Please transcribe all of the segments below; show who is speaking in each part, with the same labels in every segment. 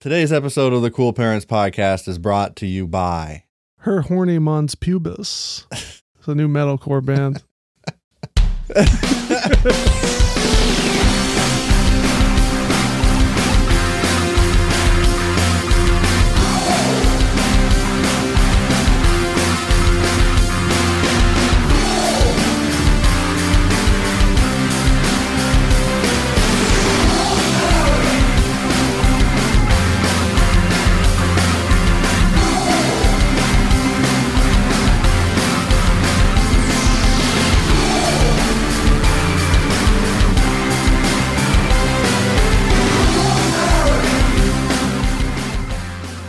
Speaker 1: Today's episode of the Cool Parents Podcast is brought to you by.
Speaker 2: Her horny mons pubis. It's a new metalcore band.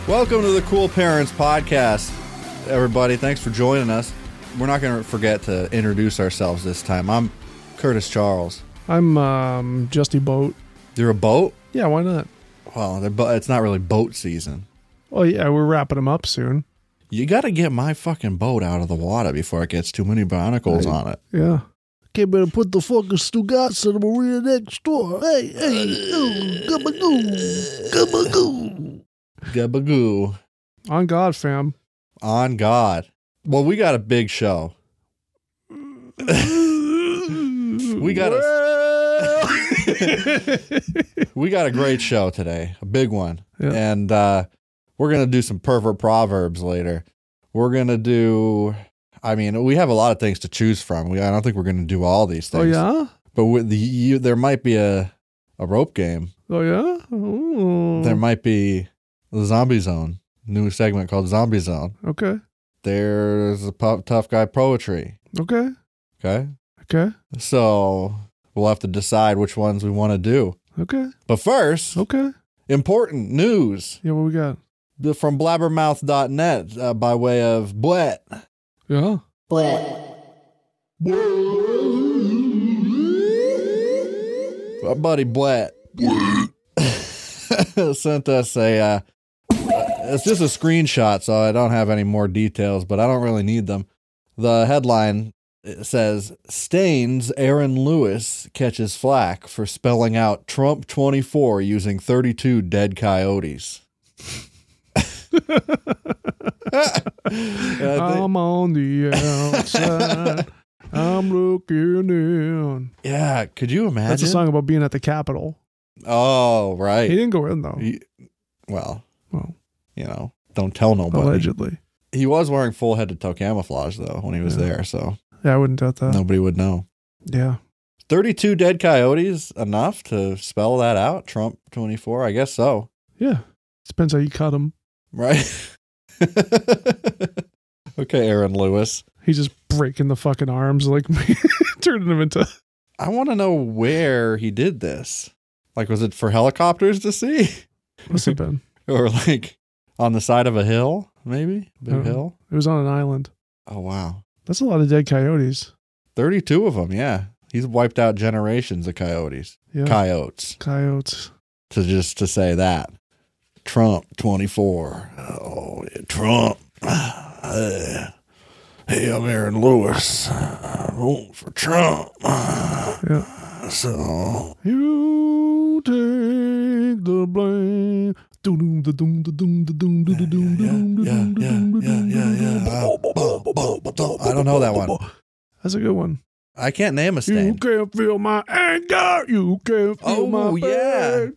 Speaker 1: Welcome to the Cool Parents Podcast, everybody. Thanks for joining us. We're not going to forget to introduce ourselves this time. I'm Curtis Charles.
Speaker 2: I'm um, Justy Boat.
Speaker 1: You're a boat?
Speaker 2: Yeah, why not?
Speaker 1: Well, they're bo- it's not really boat season.
Speaker 2: Oh yeah, we're wrapping them up soon.
Speaker 1: You got to get my fucking boat out of the water before it gets too many barnacles on it.
Speaker 2: Yeah.
Speaker 3: Came in and put the fucking Stugats in the marina next door. Hey, hey, ooh, gabagoo, gabagoo.
Speaker 1: Gabagoo.
Speaker 2: On God, fam.
Speaker 1: On God. Well, we got a big show. we got a we got a great show today, a big one,
Speaker 2: Yeah.
Speaker 1: and uh, we're gonna do some pervert proverbs later. We're gonna do. I mean, we have a lot of things to choose from. We, I don't think we're gonna do all these
Speaker 2: Oh
Speaker 1: things.
Speaker 2: yeah?
Speaker 1: But with the, you, there might be a a rope game.
Speaker 2: Oh yeah? Ooh.
Speaker 1: There might be the zombie zone, new segment called zombie zone.
Speaker 2: Okay.
Speaker 1: There's a pu- tough guy poetry.
Speaker 2: Okay.
Speaker 1: Okay.
Speaker 2: Okay.
Speaker 1: So we'll have to decide which ones we want to do.
Speaker 2: Okay.
Speaker 1: But first,
Speaker 2: Okay.
Speaker 1: important news
Speaker 2: Yeah, what we got?
Speaker 1: the- from blabbermouth.net uh, by way of Bwet.
Speaker 2: Yeah.
Speaker 1: Our buddy Bwet sent us a. Uh, it's just a screenshot, so I don't have any more details, but I don't really need them. The headline says Stains Aaron Lewis catches flack for spelling out Trump 24 using 32 dead coyotes. And I think-
Speaker 2: I'm on the outside. I'm looking in.
Speaker 1: yeah, could you imagine?
Speaker 2: That's a song about being at the Capitol.
Speaker 1: Oh, right.
Speaker 2: He didn't go in though,
Speaker 1: He- well,
Speaker 2: Well.
Speaker 1: you know, don't tell nobody.
Speaker 2: allegedly.
Speaker 1: He was wearing full head to toe camouflage though when he was
Speaker 2: Yeah.
Speaker 1: there, so
Speaker 2: Yeah, I wouldn't doubt that.
Speaker 1: nobody would know.
Speaker 2: Yeah.
Speaker 1: Thirty-two dead coyotes enough to spell that out. Trump twenty-four, I guess so,
Speaker 2: Yeah. Depends how you cut him.
Speaker 1: right? okay, Aaron Lewis.
Speaker 2: He's just breaking the fucking arms, like turning him into.
Speaker 1: I want to know where he did this. Like, was it for helicopters to see,
Speaker 2: Must have been.
Speaker 1: or like on the side of a hill, maybe big
Speaker 2: Uh-huh.
Speaker 1: hill?
Speaker 2: It was on an island.
Speaker 1: Oh wow,
Speaker 2: That's a lot of dead coyotes.
Speaker 1: thirty-two of them. Yeah, he's wiped out generations of coyotes,
Speaker 2: Yeah.
Speaker 1: coyotes.
Speaker 2: Coyotes.
Speaker 1: to just to say that Trump 24. Oh, yeah, Trump. Uh, hey, I'm Aaron Lewis. I vote for Trump.
Speaker 2: Yeah.
Speaker 1: So
Speaker 2: You take the blame. Doom, da doom, da doom, da doom, da doom, da doom, da
Speaker 1: Yeah,
Speaker 2: doom, da
Speaker 1: yeah,
Speaker 2: doom, da
Speaker 1: yeah,
Speaker 2: doom, da
Speaker 1: yeah,
Speaker 2: doom,
Speaker 1: yeah.
Speaker 2: da doom.
Speaker 1: I don't know that one.
Speaker 2: Oh, That's a good one.
Speaker 1: I can't name a
Speaker 2: You
Speaker 1: stain.
Speaker 2: can't feel my anger. You can't
Speaker 1: Oh,
Speaker 2: feel my
Speaker 1: yeah.
Speaker 2: pain.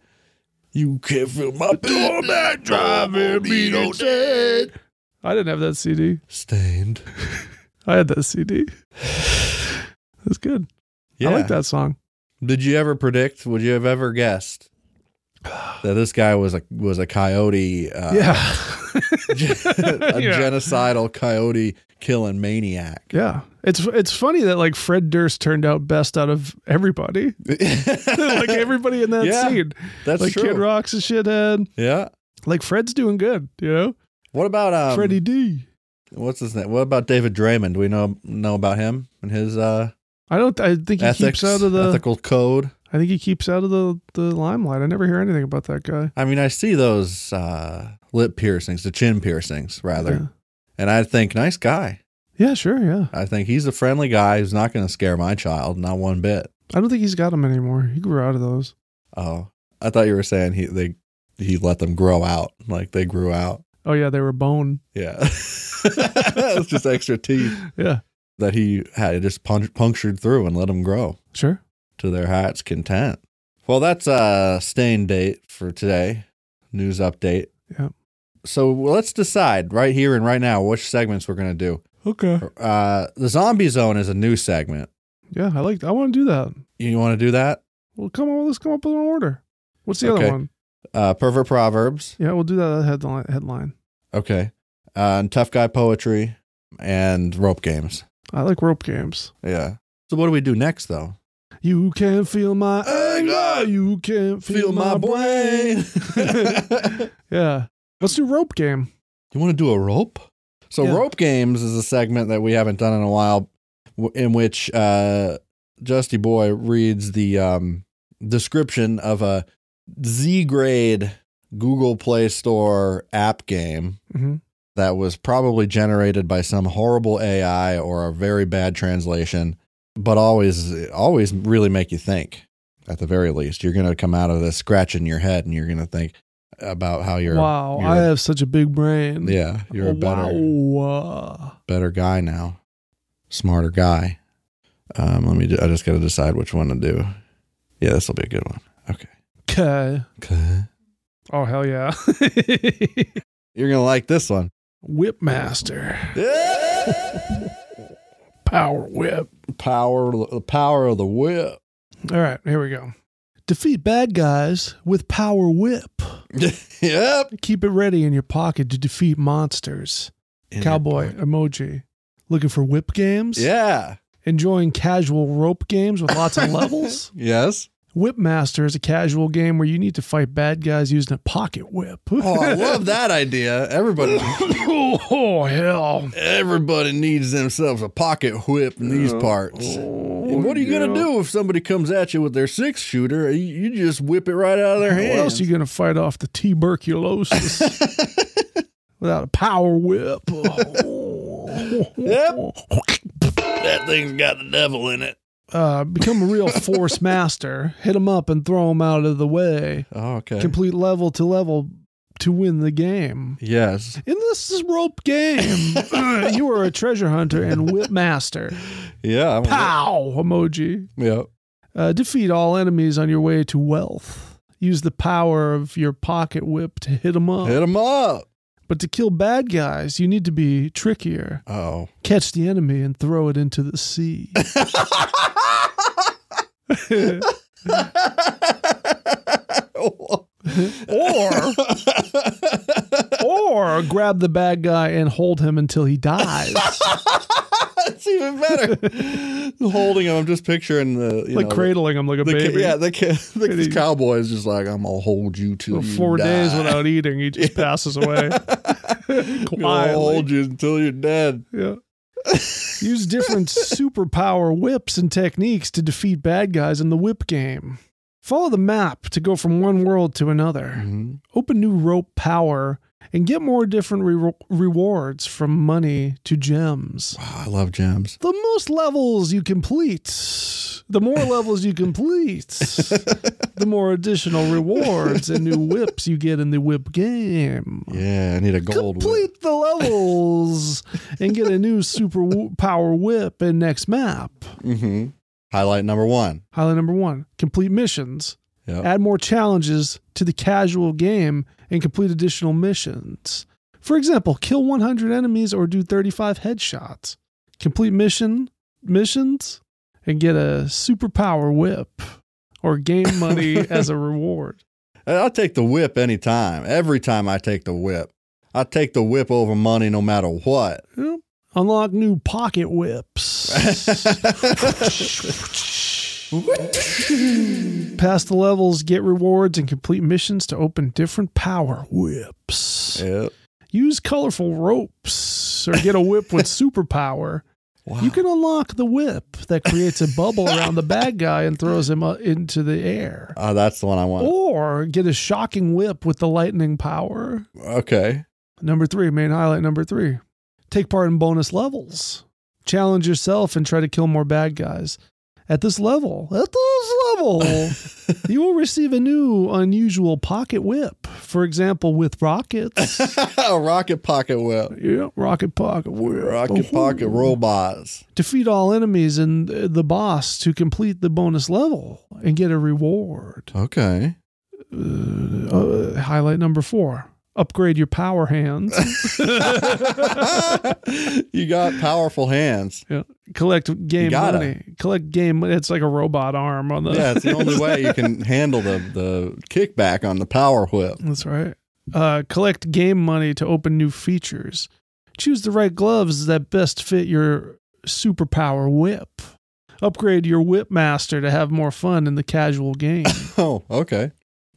Speaker 1: You can't feel my torment
Speaker 2: driving me insane. I didn't have that CD.
Speaker 1: Stained.
Speaker 2: I had that CD. That's good.
Speaker 1: Yeah.
Speaker 2: I like that song.
Speaker 1: Did you ever predict? Would you have ever guessed that this guy was a was a coyote? Uh,
Speaker 2: yeah.
Speaker 1: a
Speaker 2: Yeah.
Speaker 1: genocidal coyote killing maniac.
Speaker 2: Yeah. It's it's funny that like Fred Durst turned out best out of everybody. like everybody in that
Speaker 1: Yeah,
Speaker 2: scene.
Speaker 1: That's
Speaker 2: like
Speaker 1: true.
Speaker 2: Kid Rock's a shithead.
Speaker 1: Yeah.
Speaker 2: Like Fred's doing good, you know?
Speaker 1: What about um,
Speaker 2: Freddie D.
Speaker 1: What's his name? What about David Draymond? Do we know know about him and his uh,
Speaker 2: I don't I think he
Speaker 1: ethics,
Speaker 2: keeps out of the
Speaker 1: ethical code?
Speaker 2: I think he keeps out of the, the limelight. I never hear anything about that guy.
Speaker 1: I mean, I see those uh, lip piercings, the chin piercings, rather, and I think nice guy.
Speaker 2: Yeah. yeah, sure, yeah.
Speaker 1: I think he's a friendly guy who's not going to scare my child, not one bit.
Speaker 2: I don't think he's got him anymore. He grew out of those.
Speaker 1: Oh, I thought you were saying he they he let them grow out. Like they grew out.
Speaker 2: Oh yeah, they were bone.
Speaker 1: Yeah. it's just extra teeth
Speaker 2: Yeah,
Speaker 1: that he had just punch- punctured through and let them grow
Speaker 2: sure.
Speaker 1: to their heart's content. Well, that's a stain date for today. News update.
Speaker 2: Yep.
Speaker 1: So let's decide right here and right now which segments we're going to
Speaker 2: Okay.
Speaker 1: do. Uh, the zombie zone is a new segment.
Speaker 2: Yeah, I like. I want to do that.
Speaker 1: You want to do that?
Speaker 2: Well, come on, let's come up with an order. What's the
Speaker 1: Okay.
Speaker 2: other one?
Speaker 1: Uh, pervert proverbs.
Speaker 2: Yeah, we'll do that headline. Headline.
Speaker 1: Okay. Uh, and tough guy poetry and rope games.
Speaker 2: I like rope games.
Speaker 1: Yeah. So what do we do next though?
Speaker 2: You can feel my anger. You can feel, my, brain. yeah. Let's do rope game.
Speaker 1: you want to do a rope? So
Speaker 2: Yeah.
Speaker 1: rope games is a segment that we haven't done in a while, w- in which uh, Justy Boy reads the um, description of a Z grade Google Play Store app game
Speaker 2: Mm-hmm.
Speaker 1: that was probably generated by some horrible AI or a very bad translation, but always always really make you think. At the very least, you're going to come out of this scratching your head and you're going to think about how you're
Speaker 2: wow,
Speaker 1: you're-
Speaker 2: I have such a big brain.
Speaker 1: yeah, you're a better
Speaker 2: Wow.
Speaker 1: better guy now. Smarter guy. Um, let me ju- I just got to decide which one to do. Yeah, this will be a good one.
Speaker 2: Okay.
Speaker 1: Okay.
Speaker 2: Oh hell yeah.
Speaker 1: You're going to like this one.
Speaker 2: Whipmaster. Power whip.
Speaker 1: Power the power of the whip.
Speaker 2: All right, here we go. Defeat bad guys with power whip.
Speaker 1: yep.
Speaker 2: Keep it ready in your pocket to defeat monsters. Cowboy emoji. Looking for whip games?
Speaker 1: Yeah.
Speaker 2: Enjoying casual rope games with lots of levels?
Speaker 1: Yes.
Speaker 2: Whipmaster is a casual game where you need to fight bad guys using a pocket whip.
Speaker 1: Oh, I love that idea. Everybody,
Speaker 2: oh, hell.
Speaker 1: everybody needs themselves a pocket whip in these parts. And what are you
Speaker 2: Oh,
Speaker 1: gonna do if somebody comes at you with their six shooter? You, you just whip it right out of their
Speaker 2: How else
Speaker 1: hands.
Speaker 2: are you going to fight off the tuberculosis without a power whip?
Speaker 1: Yep. that thing's got the devil in it.
Speaker 2: Uh, become a real force master. Hit him up and throw him out of the way.
Speaker 1: Oh, okay.
Speaker 2: Complete level to level to win the game.
Speaker 1: yes.
Speaker 2: In this rope game, uh, you are a treasure hunter and whip master.
Speaker 1: Yeah. I'm
Speaker 2: Pow! Emoji.
Speaker 1: Yep.
Speaker 2: Uh, defeat all enemies on your way to wealth. Use the power of your pocket whip to hit them up.
Speaker 1: Hit him up.
Speaker 2: But to kill bad guys, you need to be trickier.
Speaker 1: Oh.
Speaker 2: Catch the enemy and throw it into the sea.
Speaker 1: Oh.
Speaker 2: or or grab the bad guy and hold him until he dies.
Speaker 1: That's even better. Holding him, I'm just picturing the you
Speaker 2: like
Speaker 1: know,
Speaker 2: cradling him like a
Speaker 1: The, the,
Speaker 2: baby.
Speaker 1: ca- yeah, the, ca- the
Speaker 2: Baby.
Speaker 1: cowboy is just like I'm gonna hold you till
Speaker 2: For
Speaker 1: you
Speaker 2: four
Speaker 1: die.
Speaker 2: days without eating, he just passes away.
Speaker 1: I'm gonna hold
Speaker 2: Quietly.
Speaker 1: you until you're dead.
Speaker 2: Yeah. Use different superpower whips and techniques to defeat bad guys in the whip game. Follow the map to go from one world to another. open new rope power and get more different re- rewards from money to gems.
Speaker 1: Wow, Ah, I love gems.
Speaker 2: The most levels you complete, the more levels you complete, the more additional rewards and new whips you get in the whip game.
Speaker 1: Yeah, I need a gold.
Speaker 2: Complete
Speaker 1: whip.
Speaker 2: the levels and get a new super wo- power whip in next map.
Speaker 1: Mhm. Highlight number one.
Speaker 2: Highlight number one complete missions.
Speaker 1: Yep.
Speaker 2: Add more challenges to the casual game and complete additional missions. For example, kill 100 enemies or do 35 headshots. Complete mission missions and get a superpower whip or game money as a reward.
Speaker 1: And I'll take the whip anytime. Every time I take the whip, I take the whip over money, no matter what.
Speaker 2: Yep. Unlock new pocket whips. Pass the levels, get rewards, and complete missions to open different power whips.
Speaker 1: Yep.
Speaker 2: Use colorful ropes or get a whip with superpower.
Speaker 1: Wow.
Speaker 2: You can unlock the whip that creates a bubble around the bad guy and throws him uh, into the air.
Speaker 1: Oh, that's the one I want.
Speaker 2: Or get a shocking whip with the lightning power.
Speaker 1: Okay.
Speaker 2: Number three, main highlight number three. Take part in bonus levels. Challenge yourself and try to kill more bad guys. At this level, at this level, you will receive a new unusual pocket whip. For example, with rockets.
Speaker 1: Rocket Pocket Whip.
Speaker 2: yeah, rocket pocket whip.
Speaker 1: Rocket Pocket Robots.
Speaker 2: Defeat all enemies and the boss to complete the bonus level and get a reward.
Speaker 1: Okay.
Speaker 2: Uh, uh, highlight number four. Upgrade your power hands.
Speaker 1: you got powerful hands.
Speaker 2: Collect game
Speaker 1: gotta.
Speaker 2: money. Collect game. It's like a robot arm on the.
Speaker 1: Yeah, it's the only way you can handle the, the kickback on the power whip.
Speaker 2: That's right. Uh, collect game money to open new features. Choose the right gloves that best fit your superpower whip. Upgrade your whip master to have more fun in the casual game.
Speaker 1: Oh, okay.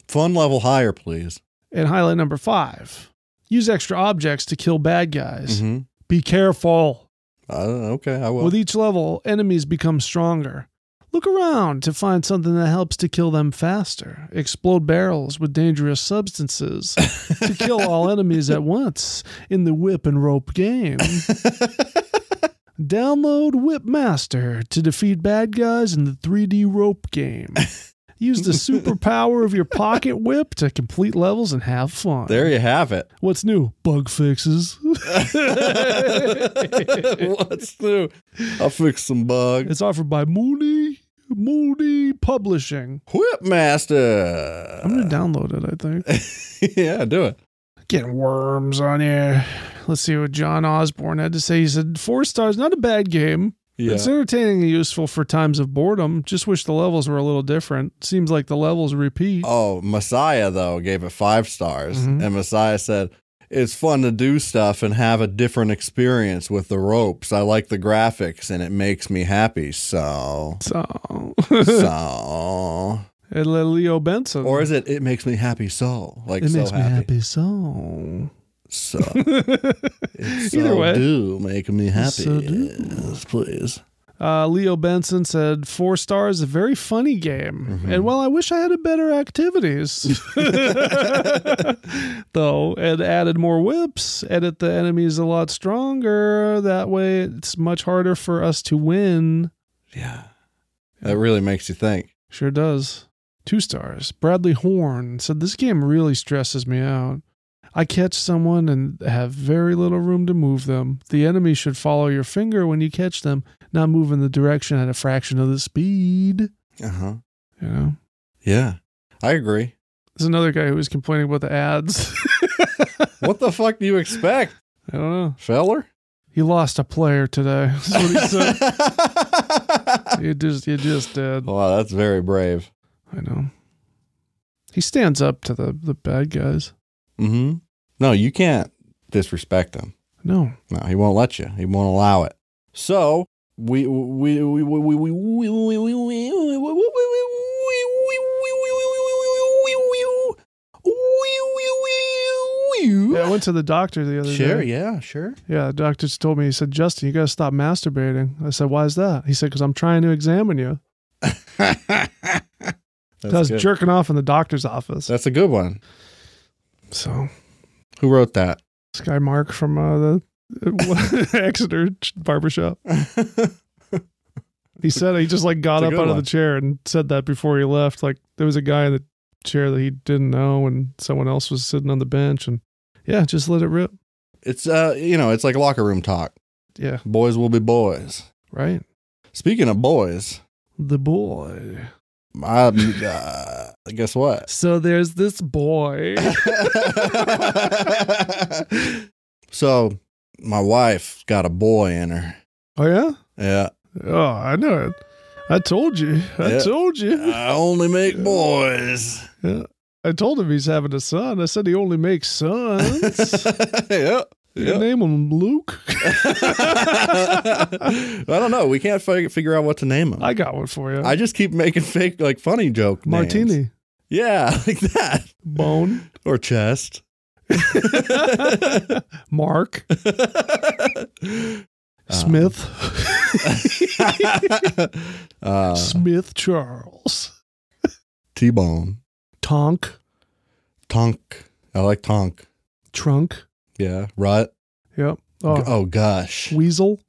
Speaker 1: Fun level higher, please.
Speaker 2: and highlight number five use extra objects to kill bad guys.
Speaker 1: Mm-hmm. Uh,
Speaker 2: Be careful.
Speaker 1: okay, I will.
Speaker 2: With each level, enemies become stronger. Look around to find something that helps to kill them faster. Explode barrels with dangerous substances to kill all enemies at once in the whip and rope game. Download Whip Master to defeat bad guys in the 3D rope game. Use the superpower of your pocket whip to complete levels and have fun.
Speaker 1: there you have it.
Speaker 2: What's new? Bug fixes.
Speaker 1: What's new? I'll fix some bugs.
Speaker 2: It's offered by Moody Moody Publishing. I'm
Speaker 1: Whipmaster.
Speaker 2: gonna download it. I think
Speaker 1: yeah, do it.
Speaker 2: getting worms on here. Let's see what John Osborne had to say. He said four stars, not a bad game.
Speaker 1: Yeah.
Speaker 2: It's entertaining and useful for times of boredom. Just wish the levels were a little different. Seems like the levels repeat.
Speaker 1: Oh, Messiah though gave it five stars,
Speaker 2: Mhm.
Speaker 1: and Messiah said it's fun to do stuff and have a different experience with the ropes. I like the graphics, and it makes me happy. So,
Speaker 2: So,
Speaker 1: so,
Speaker 2: and Leo Benson.
Speaker 1: or is it? It makes me happy. So, like
Speaker 2: it
Speaker 1: so
Speaker 2: makes
Speaker 1: happy.
Speaker 2: me happy. So.
Speaker 1: So, it's
Speaker 2: Either
Speaker 1: so
Speaker 2: way.
Speaker 1: do make me happy.
Speaker 2: So do.
Speaker 1: Yes, please.
Speaker 2: Uh, Leo Benson said, Four stars, a very funny game. And well, I wish I had a better activities. Though, and added more whips, edit the enemies a lot stronger. That way, it's much harder for us to win.
Speaker 1: Yeah, that really makes you think.
Speaker 2: Sure does. Two stars. Bradley Horn said, This game really stresses me out. I catch someone and have very little room to move them. The enemy should follow your finger when you catch them, not move in the direction at a fraction of the speed.
Speaker 1: Uh huh.
Speaker 2: You know,
Speaker 1: Yeah, I agree.
Speaker 2: there's another guy who was complaining about the ads.
Speaker 1: what the fuck do you expect,
Speaker 2: I don't know.
Speaker 1: feller?
Speaker 2: He lost a player today. That's what he said. you just, you just did.
Speaker 1: wow, that's very brave.
Speaker 2: I know. He stands up to the the bad guys.
Speaker 1: Mm-hmm. No, you can't disrespect him.
Speaker 2: No,
Speaker 1: No, he won't let you. He won't allow it. So we we we we we we we we we we we
Speaker 2: yeah, I went to the doctor the other
Speaker 1: Sure,
Speaker 2: day.
Speaker 1: yeah, sure.
Speaker 2: Yeah, the doctor just told me. He said, "Justin, you got to stop masturbating." I said, "Why is that?" He said, "Because I'm trying to examine you." 'Cause I was
Speaker 1: That's, good.
Speaker 2: jerking off in the doctor's office.
Speaker 1: That's a good one.
Speaker 2: So
Speaker 1: Who wrote that?
Speaker 2: this guy Mark from uh, the Exeter barbershop. He said he just like
Speaker 1: It's
Speaker 2: got
Speaker 1: a
Speaker 2: up
Speaker 1: good
Speaker 2: out of
Speaker 1: one.
Speaker 2: the chair and said that before he left. Like there was a guy in the chair that he didn't know, and someone else was sitting on the bench, and yeah, just let it rip.
Speaker 1: it's uh, you know, it's like locker room talk.
Speaker 2: Yeah,
Speaker 1: Boys will be boys.
Speaker 2: right.
Speaker 1: Speaking of boys,
Speaker 2: The boy.
Speaker 1: I uh, guess what?
Speaker 2: So there's this boy.
Speaker 1: so my wife got a boy in her.
Speaker 2: oh yeah.
Speaker 1: Yeah.
Speaker 2: Oh, I know it. I told you. I
Speaker 1: Yeah.
Speaker 2: told you.
Speaker 1: I only make boys.
Speaker 2: I told him he's having a son. I said he only makes sons.
Speaker 1: yeah.
Speaker 2: You
Speaker 1: Yeah.
Speaker 2: Name him Luke.
Speaker 1: I don't know. We can't fi- figure out what to name him.
Speaker 2: I
Speaker 1: I,
Speaker 2: got one for you.
Speaker 1: just keep making fake, like funny joke names.
Speaker 2: Martini
Speaker 1: Yeah, like that.
Speaker 2: Bone
Speaker 1: Or chest.
Speaker 2: Mark
Speaker 1: Um,
Speaker 2: Smith
Speaker 1: uh,
Speaker 2: Smith Charles
Speaker 1: T-bone.
Speaker 2: Tonk
Speaker 1: Tonk. I like tonk.
Speaker 2: Trunk.
Speaker 1: Yeah. Rut.
Speaker 2: Yep.
Speaker 1: Oh,
Speaker 2: Oh,
Speaker 1: gosh.
Speaker 2: Weasel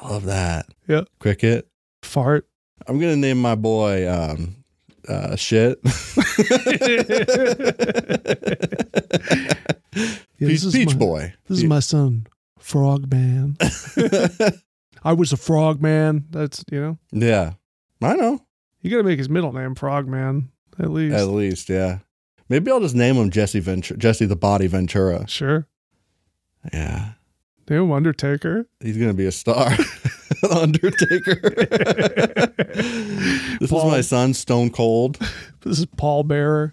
Speaker 1: I love that.
Speaker 2: Yeah.
Speaker 1: Cricket.
Speaker 2: Fart
Speaker 1: I'm gonna name my boy um, uh, shit.
Speaker 2: Yeah,
Speaker 1: Peach,
Speaker 2: this is
Speaker 1: Peach
Speaker 2: my-
Speaker 1: Boy.
Speaker 2: This is my son, Frogman. I was a Frogman. That's, you know,
Speaker 1: yeah, I know.
Speaker 2: you got to make his middle name Frogman, at least.
Speaker 1: At least, yeah. Maybe I'll just name him Jesse Ventura, Jesse the Body Ventura.
Speaker 2: sure.
Speaker 1: Yeah,
Speaker 2: Name him Undertaker.
Speaker 1: he's gonna be a star. Undertaker. this
Speaker 2: Paul.
Speaker 1: is my son, Stone Cold.
Speaker 2: This is Paul Bearer.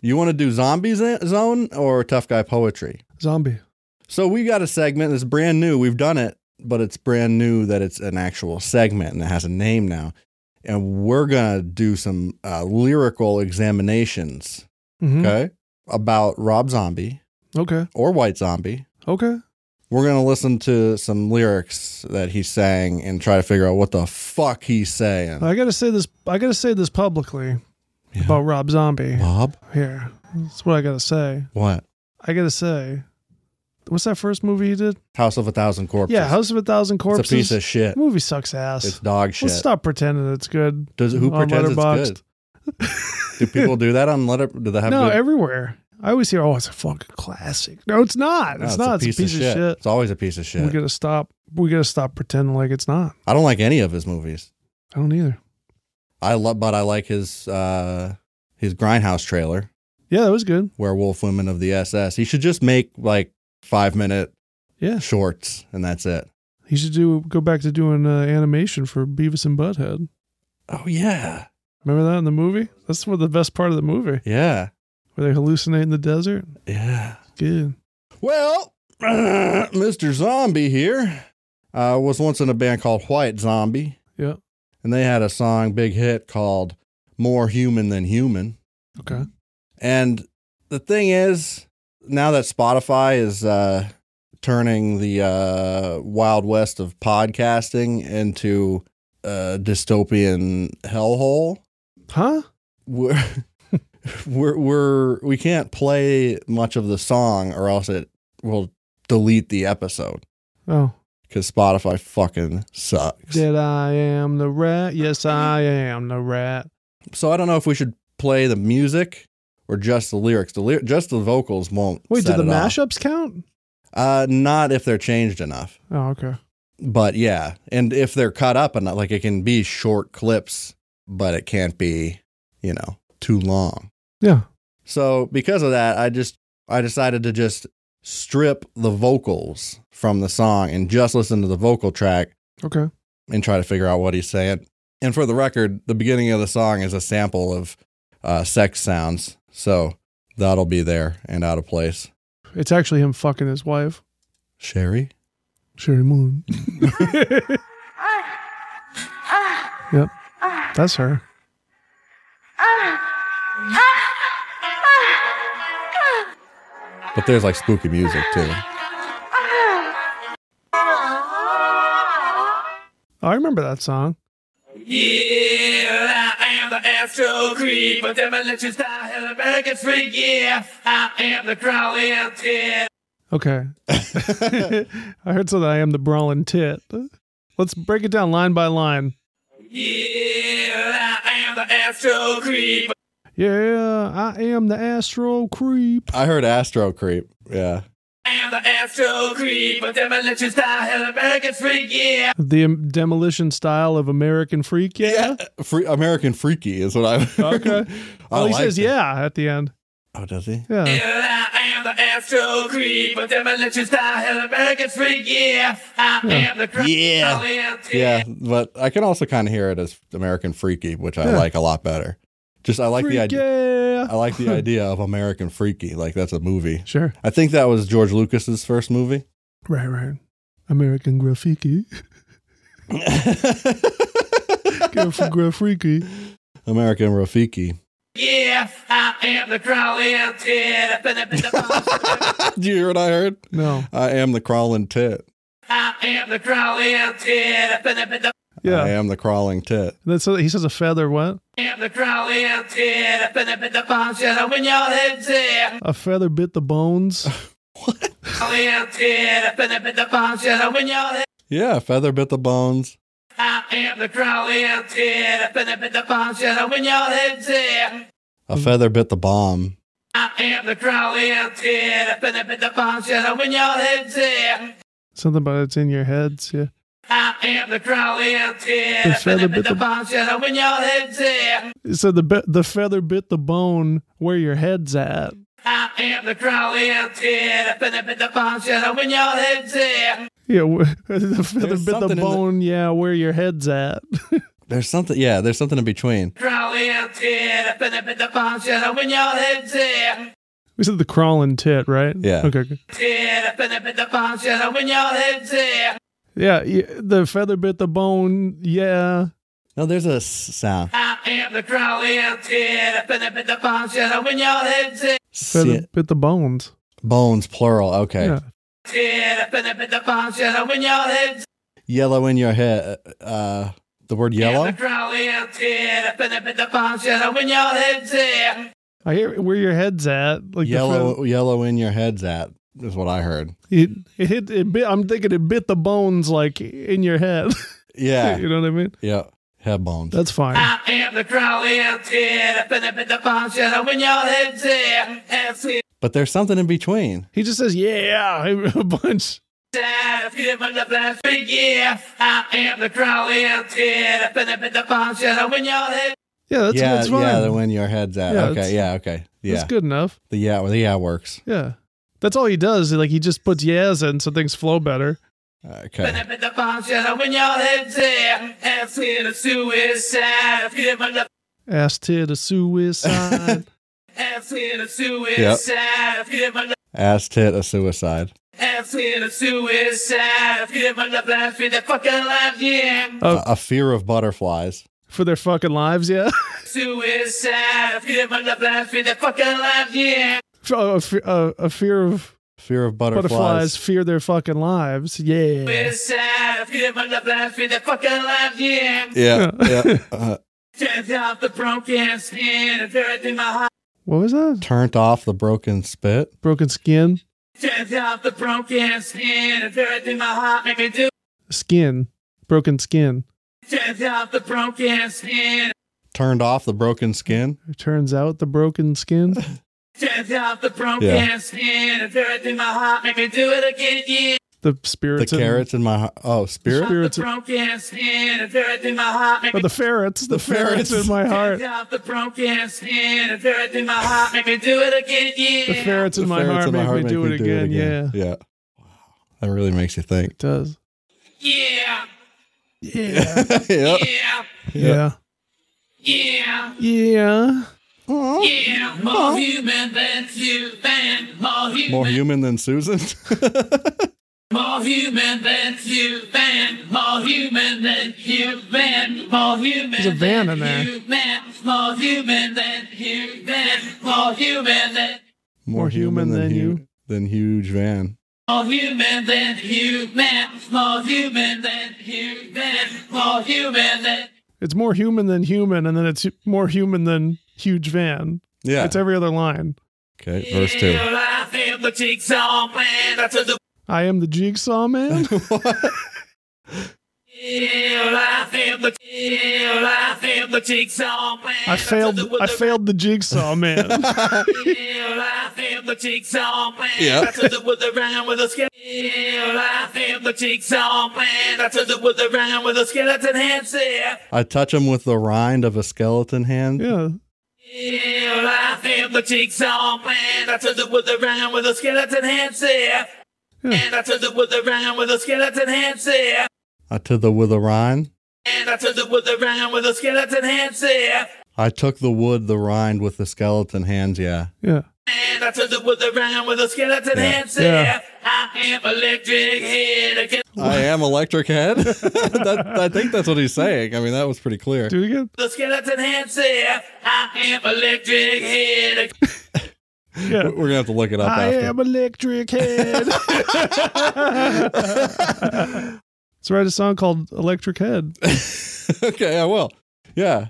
Speaker 1: you want to do Zombie Z- Zone or Tough Guy Poetry?
Speaker 2: Zombie.
Speaker 1: So we got a segment that's brand new. We've done it, but it's brand new that it's an actual segment and it has a name now. And we're gonna do some uh, lyrical examinations,
Speaker 2: Mhm.
Speaker 1: okay, about Rob Zombie
Speaker 2: Okay.
Speaker 1: or White Zombie.
Speaker 2: Okay.
Speaker 1: We're gonna listen to some lyrics that he sang and try to figure out what the fuck he's saying.
Speaker 2: I got to say this. I got to say this publicly
Speaker 1: Yeah.
Speaker 2: about Rob Zombie.
Speaker 1: Bob,
Speaker 2: Here, that's what I got to say.
Speaker 1: what?
Speaker 2: I got to say, what's that first movie he did?
Speaker 1: House of a Thousand Corpses.
Speaker 2: Yeah, House of a Thousand Corpses.
Speaker 1: It's a piece of shit.
Speaker 2: Movie sucks ass.
Speaker 1: Uh, It's dog shit.
Speaker 2: Let's stop pretending it's good.
Speaker 1: Does who
Speaker 2: on
Speaker 1: pretends it's
Speaker 2: Letterboxd.
Speaker 1: good? Do people do that on letter? Do they have
Speaker 2: No,
Speaker 1: good-
Speaker 2: everywhere. I always hear, "Oh, it's a fucking classic." No, it's not.
Speaker 1: No,
Speaker 2: it's, not. it's a piece of shit.
Speaker 1: It's always a piece of shit.
Speaker 2: We gotta stop. We gotta stop pretending like it's not.
Speaker 1: I don't like any of his movies.
Speaker 2: I don't either.
Speaker 1: I love, but I like his uh, his Grindhouse trailer,
Speaker 2: Yeah, that was good.
Speaker 1: Werewolf Women of the SS. He should just make like five minute
Speaker 2: Yeah,
Speaker 1: shorts, and that's it.
Speaker 2: he should do go back to doing uh, animation for Beavis and Butthead.
Speaker 1: Oh yeah,
Speaker 2: Remember that in the movie? That's one of the best part of the movie
Speaker 1: yeah,
Speaker 2: where they hallucinate in the desert.
Speaker 1: yeah.
Speaker 2: Good.
Speaker 1: Well, Mr. Zombie here uh, was once in a band called White Zombie,
Speaker 2: Yeah.
Speaker 1: and they had a song, big hit called "More Human Than Human."
Speaker 2: Okay.
Speaker 1: And the thing is, now that Spotify is uh, turning the uh, wild west of podcasting into a dystopian hellhole,
Speaker 2: Huh?
Speaker 1: we're, we're, we're we can't play much of the song, or else it will delete the episode
Speaker 2: Oh.
Speaker 1: because Spotify fucking sucks.
Speaker 2: That I am the rat. Yes, I am the rat.
Speaker 1: So I don't know if we should play the music or just the lyrics. The ly- just the vocals won't.
Speaker 2: Wait,
Speaker 1: set
Speaker 2: did the
Speaker 1: it off.
Speaker 2: mashups count?
Speaker 1: Uh, not if they're changed enough.
Speaker 2: Oh, okay.
Speaker 1: But yeah, and if they're cut up enough, like it can be short clips, but it can't be, you know, too long.
Speaker 2: Yeah.
Speaker 1: So because of that, I just I decided to just strip the vocals from the song and just listen to the vocal track
Speaker 2: Okay.
Speaker 1: and try to figure out what he's saying. And for the record, the beginning of the song is a sample of uh, sex sounds, so that'll be there and out of place.
Speaker 2: It's actually him fucking his wife,
Speaker 1: Sherry,
Speaker 2: Sherry Moon. yep. That's her.
Speaker 1: but there's like spooky music too.
Speaker 2: Oh, I remember that song.
Speaker 4: Yeah, I am the astral creep, a demolition star, an American freak. Yeah, I am the crawling dead.
Speaker 2: Okay. I heard so that I am the brawling tit. Let's break it down line by line.
Speaker 4: Yeah, I am the astral creep.
Speaker 2: Yeah, I am the astro creep.
Speaker 1: I heard Astro Creep. Yeah.
Speaker 4: I am the astral creep, a demolition star, an American freak. Yeah,
Speaker 2: The um, demolition style of American freak. Yeah.
Speaker 1: Free, American Freaky is what I.
Speaker 2: Okay.
Speaker 1: I
Speaker 2: Well, he
Speaker 1: like
Speaker 2: says
Speaker 1: that.
Speaker 2: yeah at the end.
Speaker 1: Oh, does he?
Speaker 2: Yeah.
Speaker 4: yeah, I am the astral creep, a demolition star, an American freak. Yeah, I am the crawling
Speaker 1: Yeah.
Speaker 4: dead.
Speaker 1: Yeah, but I can also kind of hear it as American Freaky, which I
Speaker 2: Yeah.
Speaker 1: like a lot better. Just I like
Speaker 2: freak
Speaker 1: the idea. I
Speaker 2: yeah.
Speaker 1: like the idea of American Freaky. Like that's a movie.
Speaker 2: Sure.
Speaker 1: I think that was George Lucas's first movie.
Speaker 2: Right, right. American graffiti. Go for Grafriki.
Speaker 1: American Rafiki.
Speaker 4: Yeah, I am the crawling tit. Been up in the box.
Speaker 1: Do you hear what I heard?
Speaker 2: No.
Speaker 1: I am the crawling tit.
Speaker 4: I am the crawling tit. Been up in the
Speaker 1: I
Speaker 2: Yeah.
Speaker 1: am the crawling tit.
Speaker 2: That's he says a feather what?
Speaker 4: I am the crawling tit. Been up in the box. Shut up when your head's there.
Speaker 2: A feather bit the bones.
Speaker 4: Crawling tit. Been up in the box. Shut up when your head's
Speaker 1: Yeah, feather bit the bones.
Speaker 4: I am the crawling tit. Been up in the box. Shut up when your head's there.
Speaker 1: A
Speaker 2: Mm.
Speaker 1: feather bit the bomb.
Speaker 4: I am the crawling tit. Been up in the box. Shut up when your head's there.
Speaker 2: Something about it's in your heads. Yeah.
Speaker 4: I am the crawling
Speaker 2: The
Speaker 4: tit. Been
Speaker 2: feather
Speaker 4: up in
Speaker 2: bit
Speaker 4: the
Speaker 2: the-
Speaker 4: box. Shut up when your head's there.
Speaker 2: It said the be- the feather bit the bone where your head's at.
Speaker 4: I am the crawling tit. Been up in the box. Shut up when your head's there.
Speaker 2: Yeah. wh- the feather
Speaker 1: There's
Speaker 2: bit
Speaker 1: something
Speaker 2: the
Speaker 1: in the-
Speaker 2: bone. yeah, where your head's at.
Speaker 1: There's something, yeah, there's something in between.
Speaker 4: Crawling tit. Been up in the box. Shut up when your head's there.
Speaker 2: we said the crawling tit, right?
Speaker 1: Yeah.
Speaker 2: Okay. okay.
Speaker 4: Tit. Been up in the box. Shut up when your head's there.
Speaker 2: Yeah, yeah. The feather bit the bone. Yeah.
Speaker 1: No, there's a s- sound.
Speaker 2: Ah.
Speaker 4: I am the crawling tit. Been up in the box. Shut up when your head's there.
Speaker 2: Feather
Speaker 1: Si-
Speaker 2: bit the bones.
Speaker 1: bones, plural. Okay.
Speaker 2: Yeah.
Speaker 4: Tit. Been up in the box. Shut up when your head's
Speaker 1: Yellow in your head. Uh, the word
Speaker 4: I am
Speaker 1: yellow?
Speaker 4: the crawling tit. Been up in the box. Shut up when your head's there.
Speaker 2: I hear where your head's at. Like the
Speaker 1: Yellow, yellow in your head's at is what I heard.
Speaker 2: It, it hit it bit I'm thinking it bit the bones like in your head.
Speaker 1: Yeah.
Speaker 2: you know what I mean?
Speaker 1: yeah. Head bones.
Speaker 2: That's fine.
Speaker 4: I am the crawling tit. Been up in the box. Shut up when your head's there. That's it.
Speaker 1: But there's something in between.
Speaker 2: He just says, Yeah, a bunch.
Speaker 4: If you didn't the last big year, I am the crawling tit. Been up in the box. Shut up when your head's
Speaker 2: Yeah, that's
Speaker 1: yeah,
Speaker 2: that's fine.
Speaker 1: yeah, the when your head's at.
Speaker 2: Yeah,
Speaker 1: okay,
Speaker 2: it's-
Speaker 1: yeah, okay. Yeah.
Speaker 2: That's good enough.
Speaker 1: The yeah, the yeah works.
Speaker 2: Yeah. That's all he does. Like he just puts yeahs in so things flow better.
Speaker 4: Been
Speaker 1: Okay.
Speaker 4: up in the box. Shut up when your head's there. That's it. A suicide. If you didn't the
Speaker 2: Ass to the suicide.
Speaker 4: That's it. A suicide. If you didn't
Speaker 1: Ass tit a suicide.
Speaker 4: That's it. A suicide. If you didn't the last big the fucking life, yeah.
Speaker 2: Oh.
Speaker 1: A, a fear of butterflies.
Speaker 2: For their fucking lives, yeah.
Speaker 4: Suicide. If you didn't the last big the fucking life, yeah.
Speaker 2: F- A, f- a- a uh, fear of
Speaker 1: Fear of
Speaker 2: butterflies.
Speaker 1: butterflies.
Speaker 2: fear their fucking lives. Yeah.
Speaker 4: Suicide. If you didn't the last big the fucking life, yeah.
Speaker 1: Yeah. yeah. Uh,
Speaker 4: Tears off the broken skin and tear it through my heart.
Speaker 2: What was that?
Speaker 1: turned off the broken spit.
Speaker 2: Broken skin.
Speaker 4: Tears off the broken skin and tear it through my heart. Make me do.
Speaker 2: Skin. Broken skin.
Speaker 4: Tears off the broken skin.
Speaker 1: Turned off the broken skin.
Speaker 2: It turns out the broken skin.
Speaker 4: Tears off the broken
Speaker 1: Yeah.
Speaker 4: skin and tear it through my heart. Make me do it again. Yeah.
Speaker 2: The spirits.
Speaker 1: the
Speaker 2: in-
Speaker 1: carrots in my heart. Oh, spirit.
Speaker 2: Spirits-
Speaker 4: The broken skin and tear it through my heart. Make
Speaker 2: But
Speaker 4: me
Speaker 2: the ferrets, the, ferrets,
Speaker 1: ferrets.
Speaker 2: in my heart.
Speaker 4: Tears off the broken skin and tear it through my heart. Make me do it again.
Speaker 2: The
Speaker 4: Yeah.
Speaker 2: ferrets in
Speaker 1: The
Speaker 2: my
Speaker 1: ferrets
Speaker 2: heart make me do it again. Yeah.
Speaker 1: Yeah. Yeah. That really makes you think.
Speaker 2: It does.
Speaker 4: yeah.
Speaker 2: Yeah.
Speaker 1: yep.
Speaker 4: Yeah.
Speaker 2: yeah.
Speaker 4: Yeah.
Speaker 2: Yeah.
Speaker 4: Yeah. More human than human. More human.
Speaker 1: More human than Susan.
Speaker 4: More human than human, more human than human, more human
Speaker 2: There's a van
Speaker 4: than
Speaker 2: in there.
Speaker 4: human, more human than human, more human than
Speaker 1: More
Speaker 2: human than
Speaker 1: hu-
Speaker 2: you.
Speaker 1: Than huge van.
Speaker 4: more human than human, more human than human, more human than
Speaker 2: It's more human than human, and then it's more human than huge van.
Speaker 1: Yeah.
Speaker 2: It's every other line.
Speaker 1: okay. Verse two.
Speaker 4: Well, I am the jigsaw man. I took the
Speaker 2: I am the jigsaw man.
Speaker 4: well, I am the well, I am the jigsaw man.
Speaker 2: I failed.
Speaker 4: took the-
Speaker 2: I failed the jigsaw man.
Speaker 4: Ill, I am the jigsaw man.
Speaker 1: Yeah.
Speaker 4: I took the wood around with a skeleton. Ill, I am the jigsaw man. I took the wood around with a skeleton hand set.
Speaker 1: I touch him with the rind of a skeleton hand.
Speaker 2: yeah.
Speaker 4: Ill, I am the jigsaw man. I took the wood around with a skeleton hand set. And I took the wood around with a skeleton hand set.
Speaker 1: I took the with a rind.
Speaker 4: And I took the wood around with a skeleton hand set.
Speaker 1: I took the wood, the rind with the skeleton hands. Yeah.
Speaker 2: Yeah.
Speaker 4: And And I turn the wood around with a skeleton
Speaker 1: Yeah.
Speaker 4: hand say,
Speaker 2: Yeah.
Speaker 4: I am electric head. I get
Speaker 1: I am Electric Head. that, I think that's what he's saying. I mean, that was pretty clear.
Speaker 2: Do it again.
Speaker 4: the skeleton hand say, I am electric head. I
Speaker 2: Yeah.
Speaker 1: We're gonna have to look it up
Speaker 2: I
Speaker 1: after.
Speaker 2: am electric head. Let's write a song called Electric Head.
Speaker 1: okay, I will. Yeah,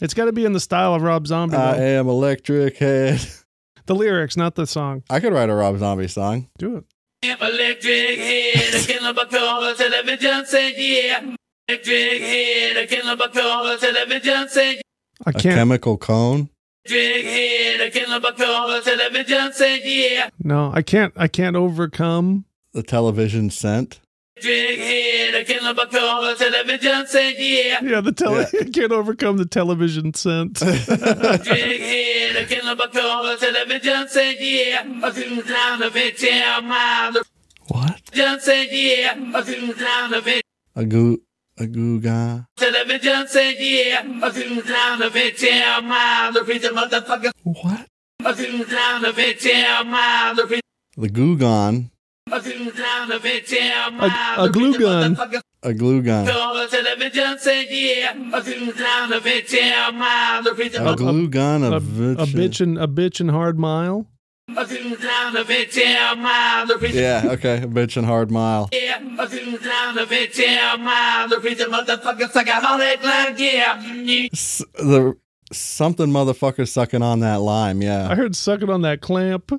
Speaker 2: It's got to be in the style of Rob Zombie.
Speaker 1: I
Speaker 2: though.
Speaker 1: am Electric Head.
Speaker 2: the lyrics, not the song.
Speaker 1: I could write a Rob Zombie song.
Speaker 2: Do it.
Speaker 4: am electric head. I can love a call. Television said, yeah. Electric head. I can love a call. Television said,
Speaker 2: I
Speaker 1: A
Speaker 2: can't.
Speaker 1: chemical cone.
Speaker 4: electric head. I can love a call. Television said, yeah.
Speaker 2: no, I can't. I can't overcome.
Speaker 1: The television scent.
Speaker 4: Electric head. I can love a call. Television said, yeah.
Speaker 2: Yeah, the tele. I can't overcome the television sense.
Speaker 4: Big head, a killer because television said yeah. A little down of it, yeah, my
Speaker 1: What?
Speaker 4: television said yeah. A little down of it,
Speaker 1: A goo. A goo guy.
Speaker 4: television said yeah. A little down of it, yeah, my the reason motherfucker.
Speaker 1: What?
Speaker 4: A little down of it, yeah, my the reason.
Speaker 1: The goo gone.
Speaker 4: A little down of it, yeah,
Speaker 2: A-
Speaker 4: my
Speaker 2: a glue gun.
Speaker 1: A glue gun.
Speaker 4: Television said yeah. A little down of it, yeah, my the reason.
Speaker 1: A glue gun
Speaker 2: a,
Speaker 1: of
Speaker 2: a bitch and a bitch and hard mile. Uh.
Speaker 4: A little down of it, yeah, my the reason.
Speaker 1: Yeah. Okay. A bitch and hard mile.
Speaker 4: Yeah, I didn't down a bit, yeah, my, the reason motherfuckers, I got all that line, yeah.
Speaker 1: S- the something motherfucker sucking on that lime.
Speaker 2: I
Speaker 1: Yeah.
Speaker 2: heard sucking on that clamp.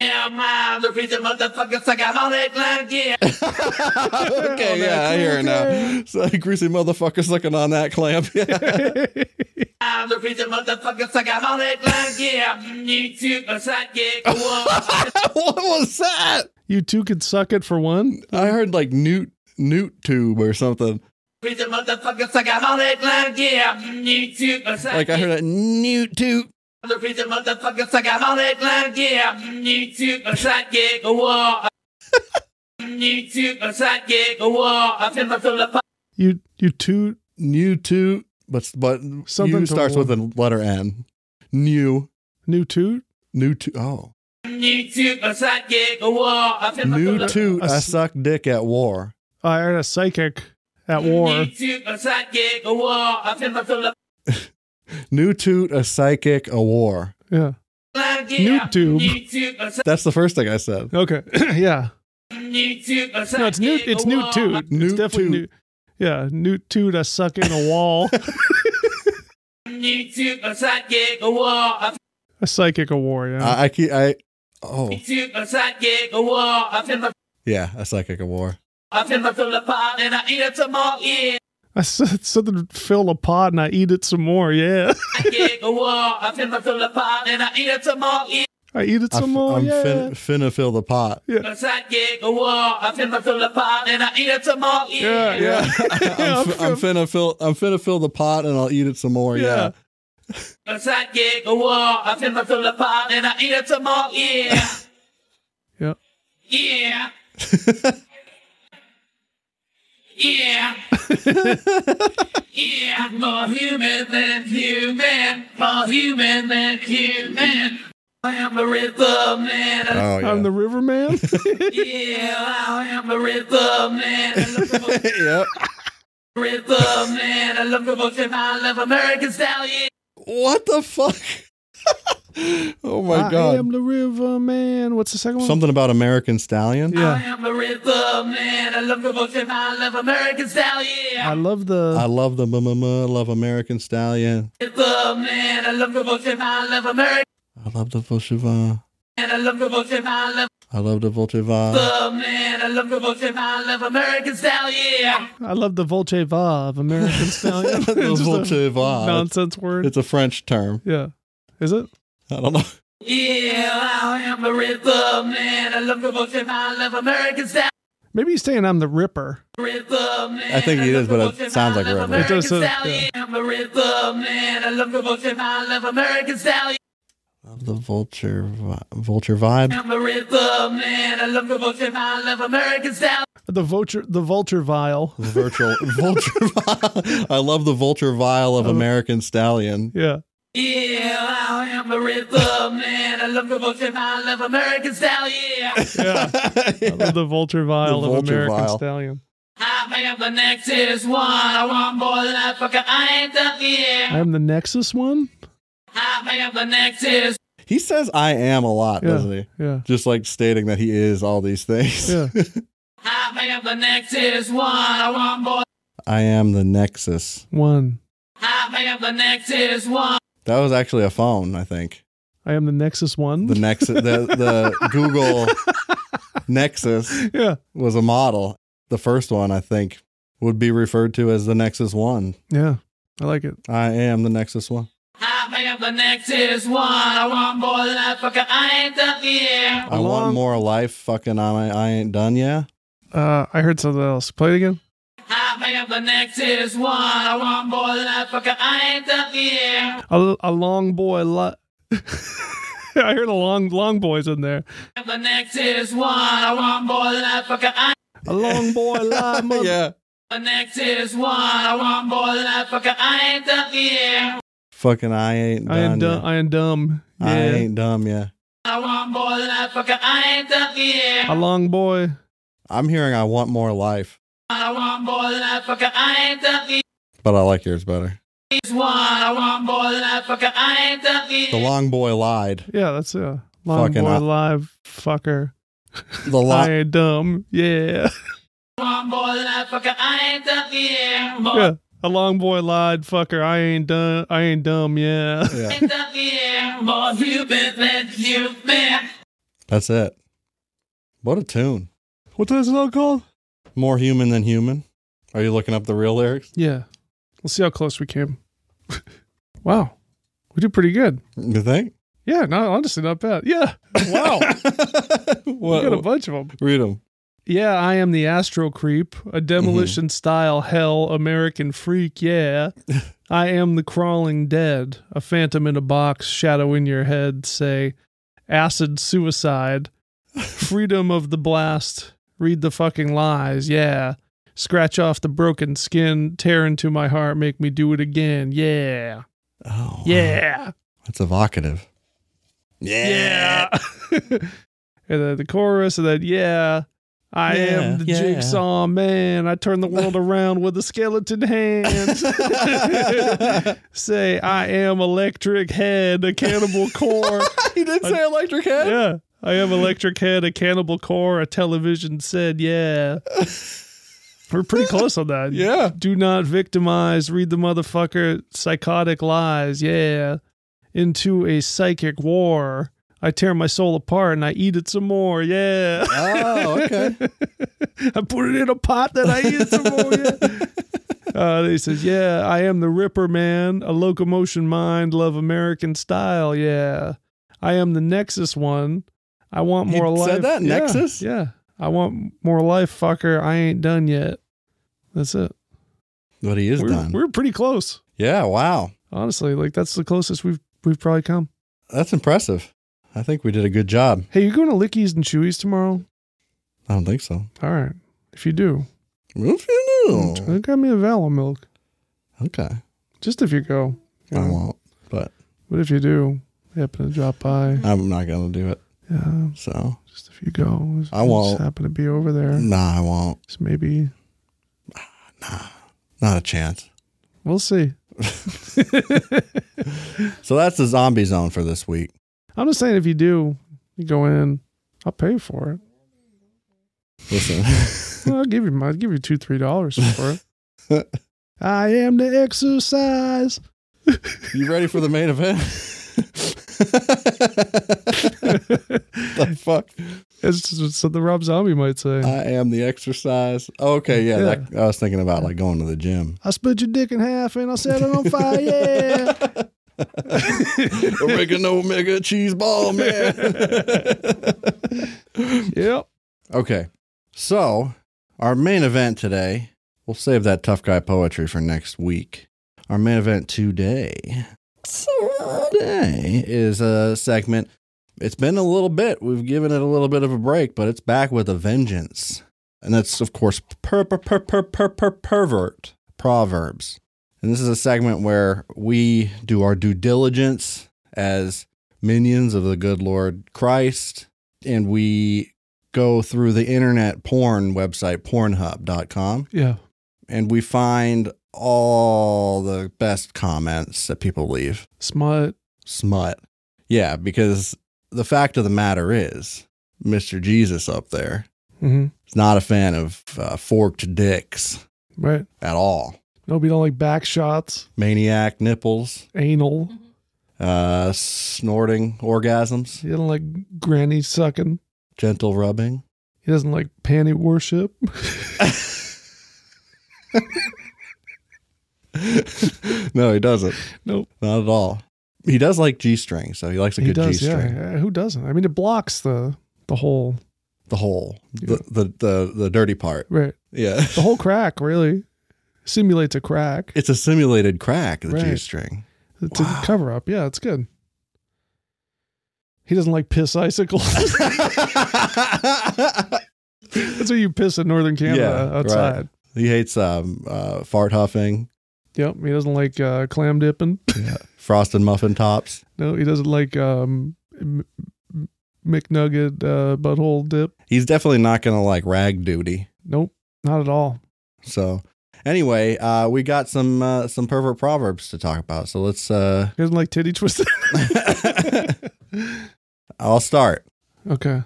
Speaker 4: Yeah, my, the reason motherfuckers, I got all that line, yeah.
Speaker 1: okay. Yeah. I hear it now. So, greasy motherfucker sucking on that clamp. Yeah.
Speaker 4: My, the reason motherfuckers, I got all that line, yeah. You need to, a sidekick, go on.
Speaker 1: what was that?
Speaker 2: you two could suck it for one.
Speaker 1: I heard like newt newt tube or something.
Speaker 4: Reason motherfuckers, I got all that line, yeah. You need to, a sidekick.
Speaker 1: Like I heard a newt tube.
Speaker 4: The reason motherfuckers, I got all that line, yeah. You need to, a sidekick, go on. You need to, a sidekick, go on. I've never felt a
Speaker 2: You you two
Speaker 1: New toot, but but
Speaker 2: Something
Speaker 1: new
Speaker 2: to
Speaker 1: starts with a letter N. New
Speaker 2: new toot.
Speaker 1: new toot. Oh,
Speaker 4: New toot, a sidekick, a war. I've been
Speaker 1: new toot.
Speaker 2: A
Speaker 1: I
Speaker 2: s-
Speaker 1: suck dick at war.
Speaker 2: I heard a psychic at war.
Speaker 4: New toot, a sidekick, a war. I've been my fill up.
Speaker 1: New toot. A psychic. A war.
Speaker 2: Yeah. New
Speaker 4: New
Speaker 2: tube.
Speaker 4: New toot, a side-
Speaker 1: That's the first thing I said.
Speaker 2: Okay. yeah.
Speaker 4: new toot, a sidekick.
Speaker 2: No, it's new. It's
Speaker 4: a
Speaker 2: new
Speaker 4: war.
Speaker 2: toot. it's
Speaker 1: Newt
Speaker 2: definitely new.
Speaker 1: toot.
Speaker 2: Yeah, new toot. I suck in a wall.
Speaker 4: New toot, a sidekick, a war. I've
Speaker 2: a psychic a war. Yeah.
Speaker 1: I, I keep. I oh
Speaker 4: been toot, a sidekick, a war. I've been my
Speaker 1: yeah. A psychic. A war.
Speaker 4: I've been my fill up pot and I eat up some more. Yeah.
Speaker 2: I said something to fill a pod and I eat it some more. Yeah.
Speaker 4: Sidekick, a war. I've been my fill up pot and I eat up some more. Yeah.
Speaker 2: I eat it
Speaker 1: I
Speaker 2: some more.
Speaker 1: am
Speaker 2: yeah.
Speaker 1: finna fill the pot.
Speaker 4: A sidekick, a war. I've been my fill up pot and I eat up some more.
Speaker 2: yeah. Yeah.
Speaker 1: I'm, fi- I'm finna fill. I'm finna fill the pot, and I'll eat it some more.
Speaker 2: Yeah.
Speaker 1: Yeah.
Speaker 4: A sidekick, a war. I've been my fill up pot and I eat up some more. Yeah.
Speaker 2: yeah.
Speaker 4: Yeah. yeah. yeah. More human than human. More human than human. I am a rhythm man.
Speaker 1: Oh yeah.
Speaker 2: I'm the river man.
Speaker 4: Yeah, I am a rhythm man. I love the
Speaker 1: yep.
Speaker 4: rhythm man. I love the motion. I love American style. Yeah.
Speaker 1: What the fuck? oh my
Speaker 2: I
Speaker 1: god.
Speaker 2: am the river man. What's the second one?
Speaker 1: Something about American Stallion.
Speaker 4: I
Speaker 2: yeah.
Speaker 4: am a rhythm man. I love the motion. I love American style. Yeah.
Speaker 2: I love the.
Speaker 1: I love the mama, love American Stallion.
Speaker 4: Rhythm man. I love the motion. I love American.
Speaker 1: I love the Volcheva.
Speaker 4: And I love devotion, I love
Speaker 1: I love the Volcheva.
Speaker 4: love, man. I love devotion, I love American style, yeah.
Speaker 2: I love the Volce Va of American Stallion.
Speaker 1: The
Speaker 2: It's just a
Speaker 1: Volce Va.
Speaker 2: Nonsense word.
Speaker 1: It's a French term.
Speaker 2: yeah. Is it?
Speaker 1: I don't know.
Speaker 4: Yeah, I am a rhythm, man. I love devotion, I love American style.
Speaker 2: Maybe he's saying I'm the Ripper.
Speaker 4: Rhythm, man.
Speaker 1: I think he
Speaker 4: I
Speaker 1: is,
Speaker 4: love
Speaker 1: but it
Speaker 4: devotion,
Speaker 1: sounds
Speaker 4: I
Speaker 1: like
Speaker 4: love
Speaker 1: rhythm. It
Speaker 4: American
Speaker 2: does sound-
Speaker 4: style,
Speaker 2: yeah.
Speaker 4: yeah. I'm a rhythm, man. I love devotion, I love American style.
Speaker 1: Love the vulture, vi- vulture vibe.
Speaker 4: I'm a rhythm, man. I love devotion, I love American style.
Speaker 2: The vulture. The vulture vial.
Speaker 1: Virtual vulture. vi- I love the vulture vial of American Stallion.
Speaker 2: Yeah.
Speaker 4: Yeah, I am the rhythm, man. I love the motion. I love American style. Yeah,
Speaker 2: Yeah. I love the vulture vial
Speaker 1: The
Speaker 2: of
Speaker 1: vulture
Speaker 2: American
Speaker 1: vial.
Speaker 2: Stallion.
Speaker 4: I am the nexus one. I want more life, fucker. I ain't done
Speaker 2: I
Speaker 4: yet.
Speaker 2: am the Nexus one.
Speaker 4: I am the nexus.
Speaker 1: He says I am a lot,
Speaker 2: Yeah.
Speaker 1: doesn't he?
Speaker 2: Yeah.
Speaker 1: Just like stating that he is all these things.
Speaker 2: Yeah.
Speaker 4: I am the nexus one. I want more.
Speaker 1: I am the Nexus.
Speaker 2: One.
Speaker 4: I am the nexus one.
Speaker 1: That was actually a phone, I think.
Speaker 2: I am the Nexus one.
Speaker 1: The Nexus, the, the Google Nexus
Speaker 2: yeah.
Speaker 1: was a model. The first one, I think, would be referred to as the Nexus One.
Speaker 2: Yeah. I like it.
Speaker 1: I am the Nexus One.
Speaker 4: I am the nexus one. I want more life, fucker. I ain't done yet.
Speaker 1: I want
Speaker 2: Along-
Speaker 1: more life. Fucking, I, I ain't done yet.
Speaker 2: Uh, I heard something else. Play it again.
Speaker 4: I am the nexus one. I want more life, fucker. I ain't done yet.
Speaker 2: A, a long boy. Li- I heard a long long boys in there.
Speaker 4: I am the nexus one. I want more life, fucker. I
Speaker 2: A long boy lie, mother-
Speaker 4: The next is one. I want more life, fucker. I ain't done yet.
Speaker 1: Fucking, I ain't done.
Speaker 2: I am
Speaker 1: yet.
Speaker 2: dumb. I am dumb. Yeah.
Speaker 1: I ain't dumb, yeah.
Speaker 4: I want more life, fucker. I ain't done
Speaker 2: a
Speaker 4: yet.
Speaker 2: long boy.
Speaker 1: I'm hearing I want more life,
Speaker 4: I want more life, fucker. I ain't done yet.
Speaker 1: but I like yours better.
Speaker 4: Is one. I want more life, fucker. I ain't done
Speaker 1: The
Speaker 4: yet.
Speaker 1: long boy lied.
Speaker 2: Yeah, that's a long
Speaker 1: Fucking
Speaker 2: boy
Speaker 1: I-
Speaker 2: live fucker.
Speaker 1: The
Speaker 2: I
Speaker 1: lie.
Speaker 2: ain't dumb. Yeah.
Speaker 4: I want more life, fucker. I ain't done yet. More
Speaker 2: yeah. A long boy lied, fucker. I ain't done. I ain't dumb. Yeah.
Speaker 1: Yeah,
Speaker 4: ain't done yet. More human than human.
Speaker 1: that's it. What a tune.
Speaker 2: What's that song called?
Speaker 1: More human than human. Are you looking up the real lyrics?
Speaker 2: Yeah. Let's see how close we came. wow. We did pretty good.
Speaker 1: You think?
Speaker 2: Yeah. Not honestly, not bad. Yeah.
Speaker 1: Wow.
Speaker 2: We got a
Speaker 1: what,
Speaker 2: bunch of them.
Speaker 1: read them.
Speaker 2: Yeah. I am the Astro Creep, a demolition style hell American freak. Yeah. I am the crawling dead, a phantom in a box, shadow in your head. Say, acid suicide, freedom of the blast. Read the fucking lies. Yeah. Scratch off the broken skin, tear into my heart, make me do it again. Yeah.
Speaker 1: Oh,
Speaker 2: Yeah.
Speaker 1: That's evocative. Eh.
Speaker 2: Yeah. and then the chorus, and then, yeah, I
Speaker 1: Yeah,
Speaker 2: am the
Speaker 1: yeah.
Speaker 2: jigsaw man. I turn the world around with a skeleton hand. Say, I am electric head, a cannibal core.
Speaker 1: he did say electric head.
Speaker 2: yeah. I am electric head, a cannibal core, a television said, yeah. We're pretty close on that.
Speaker 1: Yeah.
Speaker 2: Do not victimize. Read the motherfucker psychotic lies. Yeah. Into a psychic war. I tear my soul apart and I eat it some more. Yeah.
Speaker 1: Oh, okay.
Speaker 2: I put it in a pot that I eat some more. Yeah. Uh, he says, Yeah, I am the Ripper Man, a locomotion mind, love American style. Yeah. I am the Nexus one. I want
Speaker 1: He
Speaker 2: more life.
Speaker 1: said that?
Speaker 2: Yeah,
Speaker 1: Nexus?
Speaker 2: Yeah. I want more life, fucker. I ain't done yet. That's it.
Speaker 1: But he is
Speaker 2: we're,
Speaker 1: done.
Speaker 2: we're pretty close.
Speaker 1: yeah. Wow.
Speaker 2: Honestly, like that's the closest we've we've probably come.
Speaker 1: That's impressive. I think we did a good job.
Speaker 2: Hey, you going to Lickies and Chewies tomorrow?
Speaker 1: I don't think so.
Speaker 2: All right. If you do,
Speaker 1: Okay.
Speaker 2: got me a Valor milk. Just if you go. you
Speaker 1: I
Speaker 2: know.
Speaker 1: won't, but
Speaker 2: But if you do happen to drop by,
Speaker 1: I'm not gonna do it.
Speaker 2: yeah,
Speaker 1: So
Speaker 2: just if you go, just,
Speaker 1: I won't. Mm.
Speaker 2: Just happen to be over there,
Speaker 1: nah, I won't.
Speaker 2: just maybe
Speaker 1: Not a chance.
Speaker 2: we'll see.
Speaker 1: So that's the zombie zone for this week.
Speaker 2: I'm just saying, if you do, you go in, I'll pay for it.
Speaker 1: Listen,
Speaker 2: Well, I'll give you, my, I'll give you two, three dollars for it. I am the exercise.
Speaker 1: you ready for the main event? the fuck?
Speaker 2: It's just something Rob Zombie might say.
Speaker 1: I am the exercise. okay, yeah.
Speaker 2: Yeah.
Speaker 1: that- I was thinking about like going to the gym.
Speaker 2: I split your dick in half and I set it on fire. Yeah.
Speaker 1: Oregano mega cheese ball, man.
Speaker 2: yep.
Speaker 1: Okay. So, our main event today, we'll save that tough guy poetry for next week. Our main event today, today is a segment. It's been a little bit. We've given it a little bit of a break, but it's back with a vengeance. And that's, of course, per, per, per, per, per, per, pervert proverbs. And this is a segment where we do our due diligence as minions of the good Lord Christ. And we go through the internet porn website, pornhub.com,
Speaker 2: Yeah.
Speaker 1: and we find all the best comments that people leave.
Speaker 2: Smut.
Speaker 1: Smut. Yeah, because the fact of the matter is, Mr. Jesus up there
Speaker 2: hmm
Speaker 1: is not a fan of uh, forked dicks
Speaker 2: Right.
Speaker 1: at all.
Speaker 2: Nobody don't like back shots,
Speaker 1: Maniac nipples,
Speaker 2: anal.
Speaker 1: Mm-hmm. uh, snorting orgasms,
Speaker 2: He doesn't like granny sucking.
Speaker 1: gentle rubbing.
Speaker 2: He doesn't like panty worship.
Speaker 1: no, he doesn't.
Speaker 2: Nope.
Speaker 1: Not at all. He does like G string, so he likes a
Speaker 2: he
Speaker 1: good G
Speaker 2: does. Yeah.
Speaker 1: string.
Speaker 2: yeah. Who doesn't? I mean, it blocks the the whole
Speaker 1: The whole, the, the the the dirty part.
Speaker 2: right.
Speaker 1: Yeah,
Speaker 2: The whole crack really simulates a crack.
Speaker 1: it's a simulated crack. The
Speaker 2: Right.
Speaker 1: G string.
Speaker 2: It's a cover up. Yeah, it's good. He doesn't like piss icicles. That's where you piss in Northern Canada
Speaker 1: Yeah,
Speaker 2: outside.
Speaker 1: right. he hates um, uh, fart huffing,
Speaker 2: Yep. He doesn't like uh, clam dipping.
Speaker 1: frosted muffin tops.
Speaker 2: No, he doesn't like um, M- M- McNugget uh, butthole dip.
Speaker 1: He's definitely not gonna like rag duty.
Speaker 2: Nope, not at all.
Speaker 1: So anyway, uh, we got some uh, some pervert proverbs to talk about. So let's. Uh,
Speaker 2: He doesn't like titty twisted.
Speaker 1: I'll start.
Speaker 2: okay.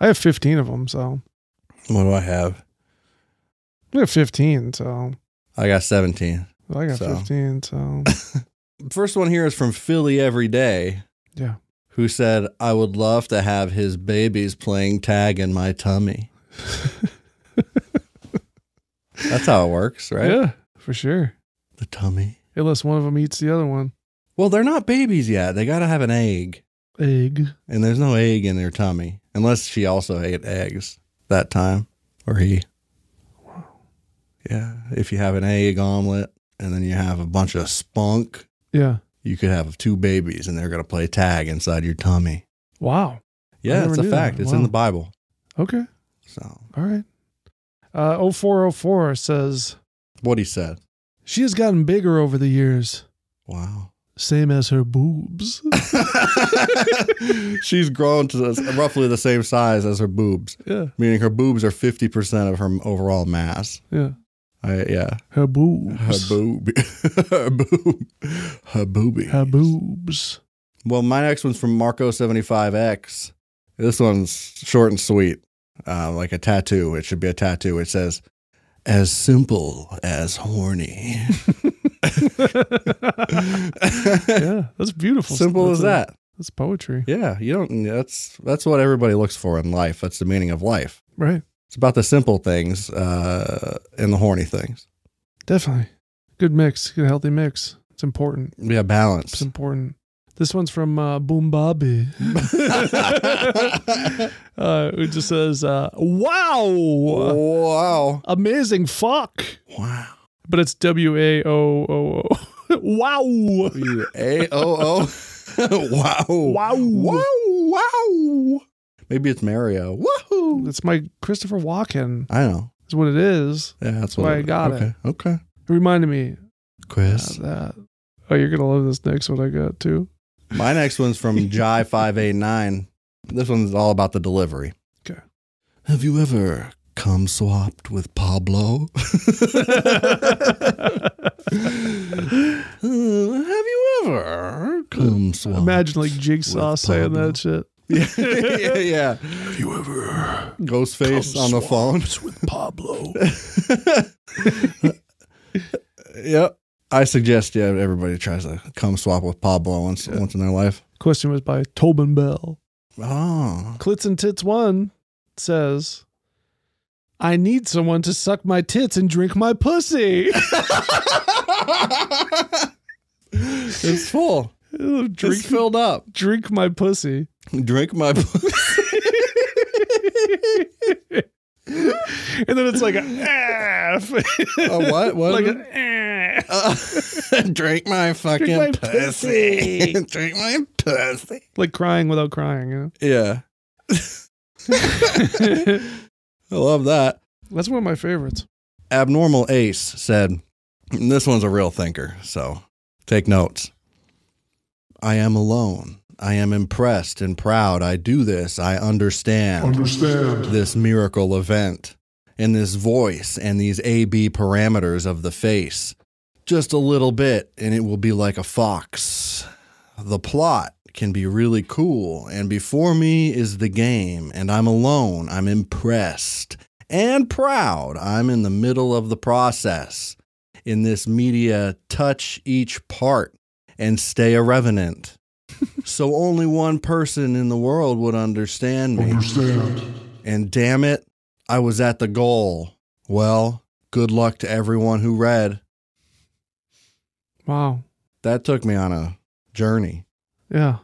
Speaker 2: I have 15 of them, so.
Speaker 1: What do I have?
Speaker 2: I have 15, so.
Speaker 1: I got seventeen.
Speaker 2: I got
Speaker 1: So.
Speaker 2: 15, so.
Speaker 1: First one here is from Philly Every Day,
Speaker 2: Yeah.
Speaker 1: who said, "I would love to have his babies playing tag in my tummy." That's how it works, right?
Speaker 2: Yeah, for sure.
Speaker 1: The tummy.
Speaker 2: Unless one of them eats the other one.
Speaker 1: Well, they're not babies yet. They got to have an egg,
Speaker 2: Egg.
Speaker 1: and there's no egg in their tummy unless she also ate eggs that time or he. Yeah, if you have an egg omelet and then you have a bunch of spunk,
Speaker 2: Yeah.
Speaker 1: you could have two babies and they're going to play tag inside your tummy.
Speaker 2: Wow.
Speaker 1: Yeah,
Speaker 2: never
Speaker 1: it's a
Speaker 2: knew that.
Speaker 1: fact. It's in
Speaker 2: Wow.
Speaker 1: the Bible.
Speaker 2: Okay.
Speaker 1: So,
Speaker 2: All right. Uh, 0404 says,
Speaker 1: what he said.
Speaker 2: She has gotten bigger over the years,
Speaker 1: Wow.
Speaker 2: same as her boobs.
Speaker 1: She's grown to roughly the same size as her boobs,
Speaker 2: yeah.
Speaker 1: meaning her boobs are 50% of her overall mass.
Speaker 2: Yeah.
Speaker 1: I, yeah.
Speaker 2: Her boobs.
Speaker 1: Her boob. her boob. Her boobie.
Speaker 2: Her boobs.
Speaker 1: Well, my next one's from Marco75X. This one's short and sweet, uh, like a tattoo. It should be a tattoo. It says, as simple as horny.
Speaker 2: yeah, that's beautiful.
Speaker 1: simple
Speaker 2: That's
Speaker 1: as
Speaker 2: a-
Speaker 1: that.
Speaker 2: That's poetry,
Speaker 1: Yeah, you don't. That's that's what everybody looks for in life. That's the meaning of life.
Speaker 2: right?
Speaker 1: It's about the simple things uh, and the horny things.
Speaker 2: Definitely. Good mix. Good healthy mix. It's important.
Speaker 1: Yeah,
Speaker 2: It's
Speaker 1: balance.
Speaker 2: important. This one's from uh, Boom Bobby. uh, it just says, uh, "Wow,
Speaker 1: wow!
Speaker 2: amazing, fuck,"
Speaker 1: Wow!
Speaker 2: but it's W A O O O. Wow.
Speaker 1: A O O. Wow!
Speaker 2: Wow.
Speaker 1: Wow! Wow! Maybe it's Mario. Woohoo!
Speaker 2: It's my Christopher Walken.
Speaker 1: I know.
Speaker 2: Is what it is.
Speaker 1: Yeah, that's
Speaker 2: why
Speaker 1: what
Speaker 2: I got it.
Speaker 1: okay. Okay.
Speaker 2: It reminded me
Speaker 1: Chris.
Speaker 2: of that. Oh, you're gonna love this next one I got too.
Speaker 1: My next one's from Jai five eight nine. This one's all about the delivery.
Speaker 2: Okay.
Speaker 1: Have you ever cum swapped with Pablo? Uh, have you ever cum swapped?
Speaker 2: Imagine like Jigsaw
Speaker 1: with
Speaker 2: saying
Speaker 1: Pablo.
Speaker 2: that shit.
Speaker 1: yeah, yeah, yeah.
Speaker 3: Have you ever
Speaker 1: Ghostface on the phone.
Speaker 3: with Pablo?
Speaker 1: Yep. I suggest yeah everybody tries to cum swap with Pablo once once in their life.
Speaker 2: Question was by Tobin Bell.
Speaker 1: Oh.
Speaker 2: Clits and Tits One says, I need someone to suck my tits and drink my pussy.
Speaker 1: It's full.
Speaker 2: drink,
Speaker 1: It's filled up.
Speaker 2: drink my pussy.
Speaker 1: Drink my
Speaker 2: And then it's like a F.
Speaker 1: a what? What?
Speaker 2: like
Speaker 1: is
Speaker 2: a
Speaker 1: it?
Speaker 2: "Ah."
Speaker 1: Uh, drink my fucking
Speaker 2: my
Speaker 1: pussy. drink my pussy.
Speaker 2: like crying without crying. You know?
Speaker 1: Yeah, I love that.
Speaker 2: That's one of my favorites.
Speaker 1: Abnormal Ace said, And this one's a real thinker, so take notes. I am alone. I am impressed and proud. I do this. I understand
Speaker 5: Understand.
Speaker 1: this miracle event and this voice and these AB parameters of the face. Just a little bit, and it will be like a fox. The plot can be really cool, and before me is the game, and I'm alone. I'm impressed and proud. I'm in the middle of the process. In this media, touch each part and stay a revenant. so only one person in the world would understand me
Speaker 5: Understand.
Speaker 1: and damn it, I was at the goal. Well, good luck to everyone who read.
Speaker 2: Wow.
Speaker 1: That took me on a journey.
Speaker 2: Yeah.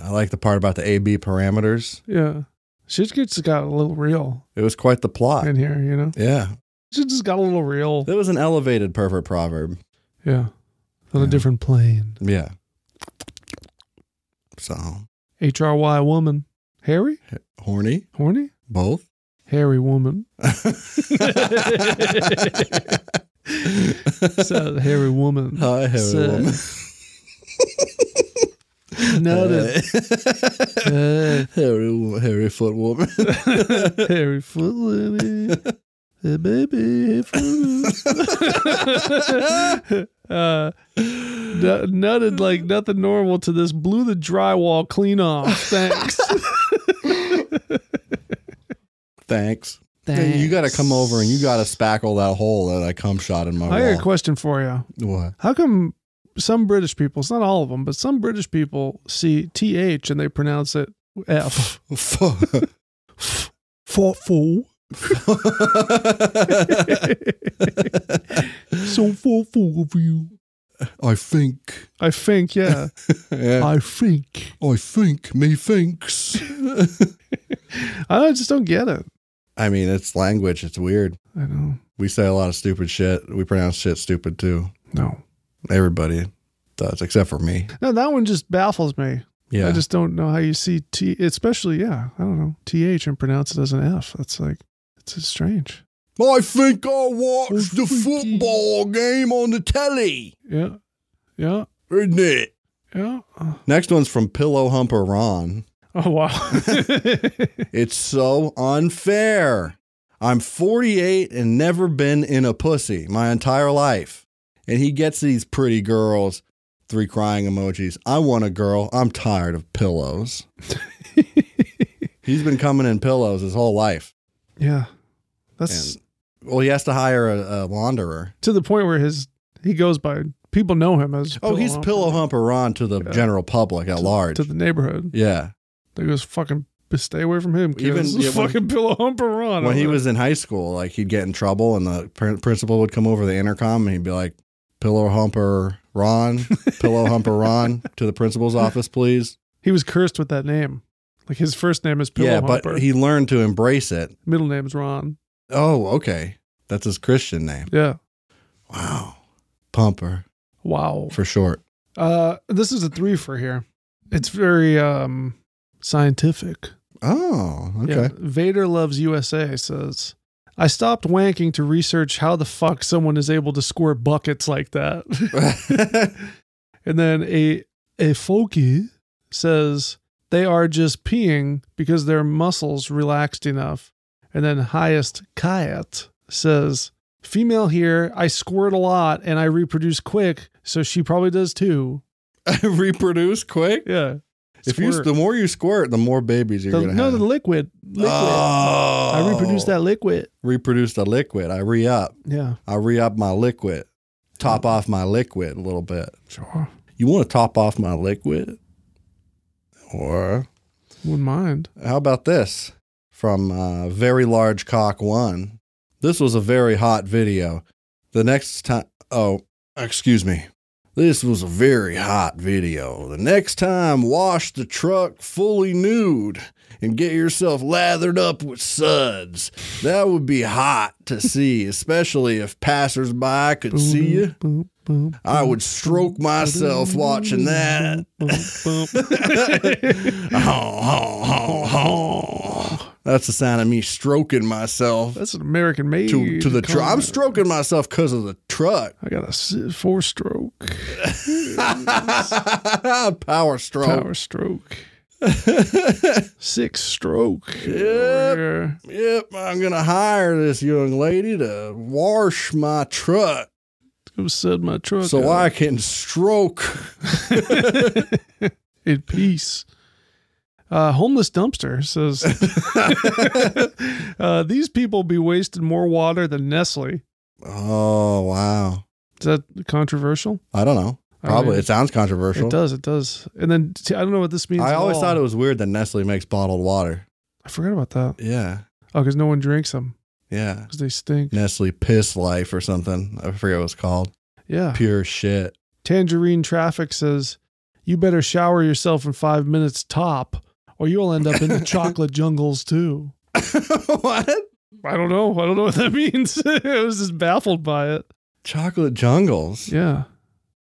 Speaker 1: I like the part about the AB parameters.
Speaker 2: Yeah. Shit just got a little real
Speaker 1: It was quite the plot.
Speaker 2: in here, you know?
Speaker 1: Yeah.
Speaker 2: Shit just got a little real.
Speaker 1: It was an elevated pervert proverb.
Speaker 2: Yeah. On a
Speaker 1: Yeah.
Speaker 2: different plane.
Speaker 1: Yeah. So,
Speaker 2: HRY woman. Harry?
Speaker 1: horny,
Speaker 2: Horny?
Speaker 1: both.
Speaker 2: Harry woman.
Speaker 1: so,
Speaker 2: So hairy woman.
Speaker 1: Hi, hairy
Speaker 2: So-
Speaker 1: woman.
Speaker 2: Noted. Uh,
Speaker 1: hairy, wo- hairy foot woman.
Speaker 2: hairy foot lady. Hey, baby. foot. uh, nu- nutted like nothing normal to this. Blew the drywall clean off. Thanks.
Speaker 1: Thanks. Hey, You got to come over and you got to spackle that hole that I cum shot in my
Speaker 2: I got a
Speaker 1: wall.
Speaker 2: question for you.
Speaker 1: what?
Speaker 2: How come some British people, it's not all of them, but some British people see TH and they pronounce it F?
Speaker 1: Fuck.
Speaker 2: Foot fool. so thoughtful of you.
Speaker 1: I think.
Speaker 2: I think, yeah.
Speaker 1: Yeah.
Speaker 2: I think.
Speaker 1: I think. Me thinks.
Speaker 2: I don't- I just don't get it.
Speaker 1: I mean, it's language. It's weird.
Speaker 2: I know.
Speaker 1: We say a lot of stupid shit. We pronounce shit stupid too.
Speaker 2: No.
Speaker 1: Everybody does, except for me.
Speaker 2: No, that one just baffles me.
Speaker 1: Yeah.
Speaker 2: I just don't know how you see T, especially, yeah, I don't know, TH and pronounce it as an F. That's like, it's just strange.
Speaker 1: I think I watched the
Speaker 2: Oh, freaky.
Speaker 1: football game on the telly.
Speaker 2: Yeah. Yeah.
Speaker 1: Isn't it?
Speaker 2: Yeah.
Speaker 1: Next one's from Pillow Humper Ron.
Speaker 2: Oh, wow.
Speaker 1: It's so unfair. I'm 48 and never been in a pussy my entire life. And he gets these pretty girls. Three crying emojis. I want a girl. I'm tired of pillows. He's been coming in pillows his whole life.
Speaker 2: yeah. That's
Speaker 1: And, well, he has to hire a, a wanderer.
Speaker 2: to the point where his, he goes by, people know him as,
Speaker 1: Oh, he's
Speaker 2: Hump
Speaker 1: pillow humper Ron to the
Speaker 2: Yeah.
Speaker 1: general public at large.
Speaker 2: to the neighborhood.
Speaker 1: yeah.
Speaker 2: They goes fucking stay away from him.
Speaker 1: Even-
Speaker 2: Even
Speaker 1: yeah, when-
Speaker 2: fucking pillow humper on.
Speaker 1: when he was in high school, like he'd get in trouble, and the pr- principal would come over the intercom, and he'd be like, "Pillow humper Ron, pillow humper Ron, to the principal's office, please."
Speaker 2: he was cursed with that name. Like his first name is Pillow
Speaker 1: yeah,
Speaker 2: Humper.
Speaker 1: but he learned to embrace it.
Speaker 2: middle name's Ron.
Speaker 1: Oh, okay, that's his Christian name.
Speaker 2: Yeah.
Speaker 1: Wow, Pumper
Speaker 2: Wow.
Speaker 1: for short.
Speaker 2: Uh, this is a three for here. It's very um scientific.
Speaker 1: Oh, okay.
Speaker 2: Yeah. Vader loves USA says. I stopped wanking to research how the fuck someone is able to score buckets like that. and then a a folky says they are just peeing because their muscles relaxed enough. And then highest Kayat says, female here, I squirt a lot and I reproduce quick, so she probably does too.
Speaker 1: Reproduce quick.
Speaker 2: Yeah.
Speaker 1: If you,
Speaker 2: Squirt.
Speaker 1: the more you squirt, the more babies you're
Speaker 2: The-
Speaker 1: gonna
Speaker 2: no,
Speaker 1: have.
Speaker 2: the liquid. liquid.
Speaker 1: Oh,
Speaker 2: I reproduce that liquid.
Speaker 1: Reproduce the liquid. I re up.
Speaker 2: Yeah.
Speaker 1: I re up my liquid, top off my liquid a little bit.
Speaker 2: Sure.
Speaker 1: You want to top off my liquid? Or
Speaker 2: Wouldn't mind.
Speaker 1: how about this from uh, Very Large Cock One? This was a very hot video. The next time, oh, excuse me. This was a very hot video. The next time, wash the truck fully nude and get yourself lathered up with suds. That would be hot to see, especially if passersby could see you.
Speaker 2: Boom, boom, boom,
Speaker 1: I would stroke myself watching that.
Speaker 2: boom, boom.
Speaker 1: Oh, oh, oh, oh. That's the sound of me stroking myself
Speaker 2: That's an American made.
Speaker 1: to to the truck. I'm
Speaker 2: comment.
Speaker 1: stroking myself because of the truck.
Speaker 2: I got a si- four stroke,
Speaker 1: Power stroke.
Speaker 2: power stroke, six stroke.
Speaker 1: Yep. Yep, I'm gonna hire this young lady to wash my truck
Speaker 2: Go set my truck
Speaker 1: so
Speaker 2: up
Speaker 1: I can stroke.
Speaker 2: in peace. Uh, homeless dumpster says, uh, "These people be wasting more water than Nestle."
Speaker 1: Oh wow!
Speaker 2: Is that controversial?
Speaker 1: I don't know.
Speaker 2: I
Speaker 1: Probably
Speaker 2: mean,
Speaker 1: it sounds controversial.
Speaker 2: It does. It does. And then t- I don't know what this means.
Speaker 1: I
Speaker 2: at
Speaker 1: always
Speaker 2: all.
Speaker 1: thought it was weird that Nestle makes bottled water.
Speaker 2: I forgot about that.
Speaker 1: Yeah,
Speaker 2: Oh, because no one drinks them
Speaker 1: yeah.
Speaker 2: because they stink.
Speaker 1: Nestle Piss Life or something. I forget what it's called.
Speaker 2: Yeah.
Speaker 1: Pure shit.
Speaker 2: Tangerine Traffic says, "You better shower yourself in five minutes top, or you'll end up in the chocolate jungles too."
Speaker 1: what?
Speaker 2: I don't know. I don't know what that means. I was just baffled by it.
Speaker 1: Chocolate Jungles.
Speaker 2: Yeah,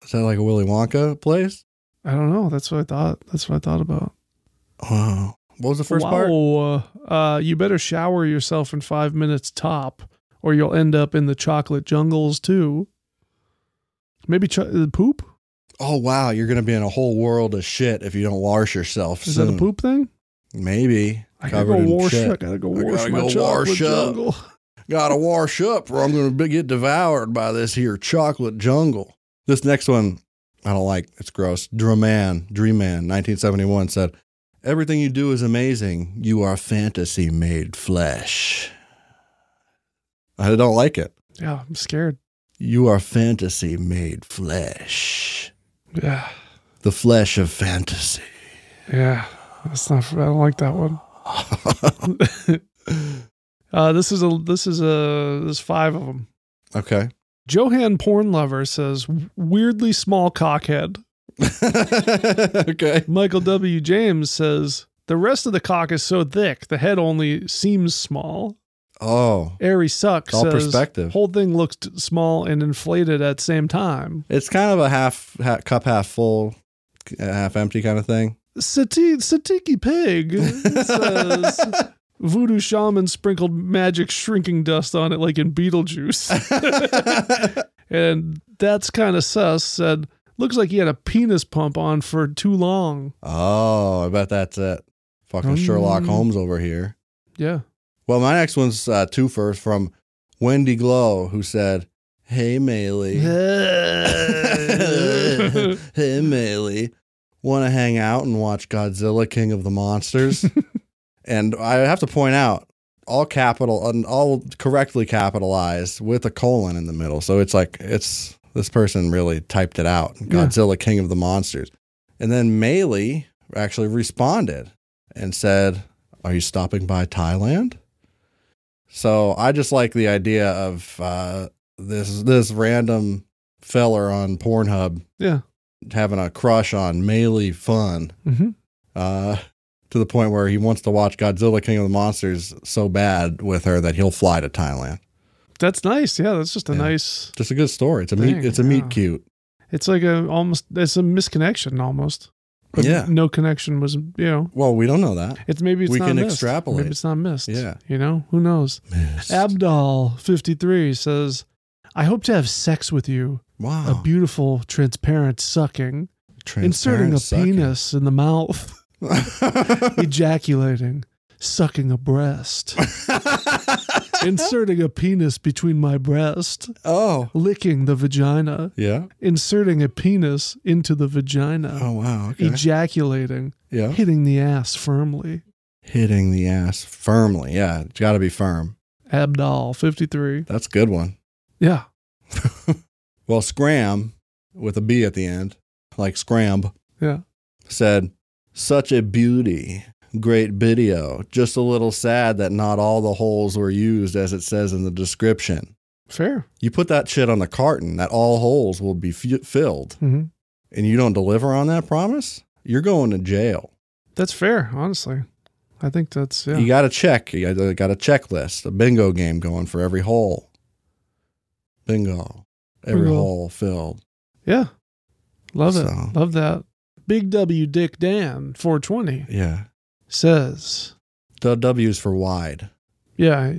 Speaker 1: Is that like a Willy Wonka place?
Speaker 2: I don't know. That's what I thought. That's what I thought about.
Speaker 1: Wow. What was the first part?
Speaker 2: Wow. Uh, you better shower yourself in five minutes top, or you'll end up in the chocolate jungles too. Maybe ch- uh, poop.
Speaker 1: Oh wow, you're gonna be in a whole world of shit if you don't wash yourself.
Speaker 2: Is that
Speaker 1: soon.
Speaker 2: a poop thing?
Speaker 1: Maybe.
Speaker 2: I gotta
Speaker 1: Hmm. covered
Speaker 2: go
Speaker 1: in
Speaker 2: wash.
Speaker 1: shit.
Speaker 2: I gotta go
Speaker 1: I
Speaker 2: wash
Speaker 1: gotta
Speaker 2: my
Speaker 1: go
Speaker 2: chocolate
Speaker 1: wash up.
Speaker 2: jungle.
Speaker 1: Gotta wash up or I'm gonna be, get devoured by this here chocolate jungle. This next one, I don't like. It's gross. Dreaman, Dreaman, 1971 said, "Everything you do is amazing. You are fantasy made flesh." I don't like it.
Speaker 2: Yeah, I'm scared.
Speaker 1: You are fantasy made flesh.
Speaker 2: Yeah.
Speaker 1: The flesh of fantasy.
Speaker 2: Yeah, that's not. I don't like that one. uh, this is a. This is a. There's five of them.
Speaker 1: Okay.
Speaker 2: Johan porn lover says weirdly small cockhead.
Speaker 1: okay.
Speaker 2: Michael W. James says the rest of the cock is so thick the head only seems small.
Speaker 1: Oh,
Speaker 2: Airy suck
Speaker 1: It's all
Speaker 2: says
Speaker 1: perspective.
Speaker 2: whole thing looks t- small and inflated at same time.
Speaker 1: it's kind of a half, ha cup, half full, uh, half empty kind of thing.
Speaker 2: Sati- Satiki pig says voodoo shaman sprinkled magic shrinking dust on it like in Beetlejuice. and that's kind of sus. Said looks like he had a penis pump on for too long.
Speaker 1: oh, I bet that's it. Fucking Sherlock
Speaker 2: Mm.
Speaker 1: Holmes over here.
Speaker 2: Yeah,
Speaker 1: Well, my next one's uh, two first from Wendy Glow, who said, "Hey, Maylee, hey, Maylee, want to hang out and watch Godzilla: King of the Monsters?" and I have to point out, all capital and all correctly capitalized with a colon in the middle, so it's like it's this person really typed it out. Godzilla: King of the Monsters, and then Maylee actually responded and said, "Are you stopping by Thailand?" So I just like the idea of uh, this this random feller on Pornhub
Speaker 2: yeah.
Speaker 1: having a crush on Melee Fun
Speaker 2: hmm
Speaker 1: uh, to the point where he wants to watch Godzilla King of the Monsters so bad with her that he'll fly to Thailand.
Speaker 2: That's nice. Yeah, that's just a
Speaker 1: Yeah.
Speaker 2: nice.
Speaker 1: Just a good story. It's a
Speaker 2: Dang,
Speaker 1: meet. It's a
Speaker 2: yeah.
Speaker 1: meet cute.
Speaker 2: It's like a almost. It's a misconnection almost. But
Speaker 1: Yeah.
Speaker 2: no connection was. You know,
Speaker 1: Well, we don't know that.
Speaker 2: it's maybe it's
Speaker 1: We
Speaker 2: not
Speaker 1: can
Speaker 2: missed.
Speaker 1: extrapolate.
Speaker 2: Maybe it's not missed.
Speaker 1: Yeah.
Speaker 2: you know, who knows? Abdal fifty three says, "I hope to have sex with you.
Speaker 1: wow.
Speaker 2: A beautiful, transparent sucking, inserting
Speaker 1: Transparent
Speaker 2: a
Speaker 1: sucking.
Speaker 2: penis in the mouth." ejaculating, sucking a breast, inserting a penis between my breast,
Speaker 1: oh.
Speaker 2: licking the vagina,
Speaker 1: Yeah.
Speaker 2: inserting a penis into the vagina,
Speaker 1: Oh wow. Okay. Oh.
Speaker 2: ejaculating,
Speaker 1: yeah.
Speaker 2: hitting the ass firmly.
Speaker 1: Hitting the ass firmly. Yeah. It's got to be firm.
Speaker 2: Abdal, 53.
Speaker 1: That's a good one.
Speaker 2: Yeah.
Speaker 1: Well, Scram with a B at the end, like Scram,
Speaker 2: Yeah.
Speaker 1: said, Such a beauty. Great video. Just a little sad that not all the holes were used as it says in the description.
Speaker 2: Fair.
Speaker 1: You put that shit on the carton that all holes will be f- filled
Speaker 2: hmm
Speaker 1: and you don't deliver on that promise, you're going to jail.
Speaker 2: That's fair, honestly. I think that's, yeah.
Speaker 1: You got to check. You got got a checklist, a bingo game going for every hole. Bingo. Every
Speaker 2: Bingo.
Speaker 1: hole filled.
Speaker 2: yeah. Love it.
Speaker 1: So-
Speaker 2: Love that. Big W Dick Dan, 420.
Speaker 1: Yeah.
Speaker 2: says
Speaker 1: The W's for wide.
Speaker 2: Yeah.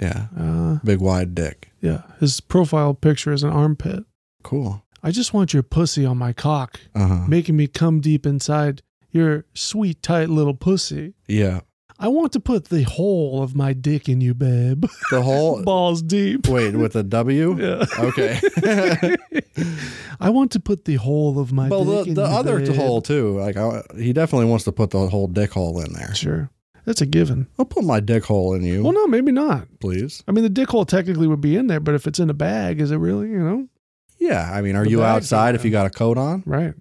Speaker 1: Yeah.
Speaker 2: Uh,
Speaker 1: Big wide dick.
Speaker 2: yeah. His profile picture is an armpit.
Speaker 1: Cool.
Speaker 2: I just want your pussy on my cock,
Speaker 1: Uh huh.
Speaker 2: making me come deep inside your sweet, tight little pussy.
Speaker 1: Yeah.
Speaker 2: I want to put the whole of my dick in you, babe.
Speaker 1: The whole.
Speaker 2: Balls deep.
Speaker 1: wait, with a W?
Speaker 2: Yeah.
Speaker 1: Okay.
Speaker 2: I want to put the whole of my
Speaker 1: well,
Speaker 2: dick
Speaker 1: the,
Speaker 2: in
Speaker 1: the
Speaker 2: you,
Speaker 1: other
Speaker 2: babe.
Speaker 1: hole, too. Like, I, he definitely wants to put the whole dick hole in there.
Speaker 2: Sure. That's a given.
Speaker 1: I'll put my dick hole in you,
Speaker 2: Well, no, maybe not.
Speaker 1: please.
Speaker 2: I mean, the dick hole technically would be in there, but if it's in a bag, is it really, you know?
Speaker 1: Yeah. I mean, are
Speaker 2: The
Speaker 1: you
Speaker 2: bag's
Speaker 1: outside
Speaker 2: in
Speaker 1: if you got a coat on?
Speaker 2: Right.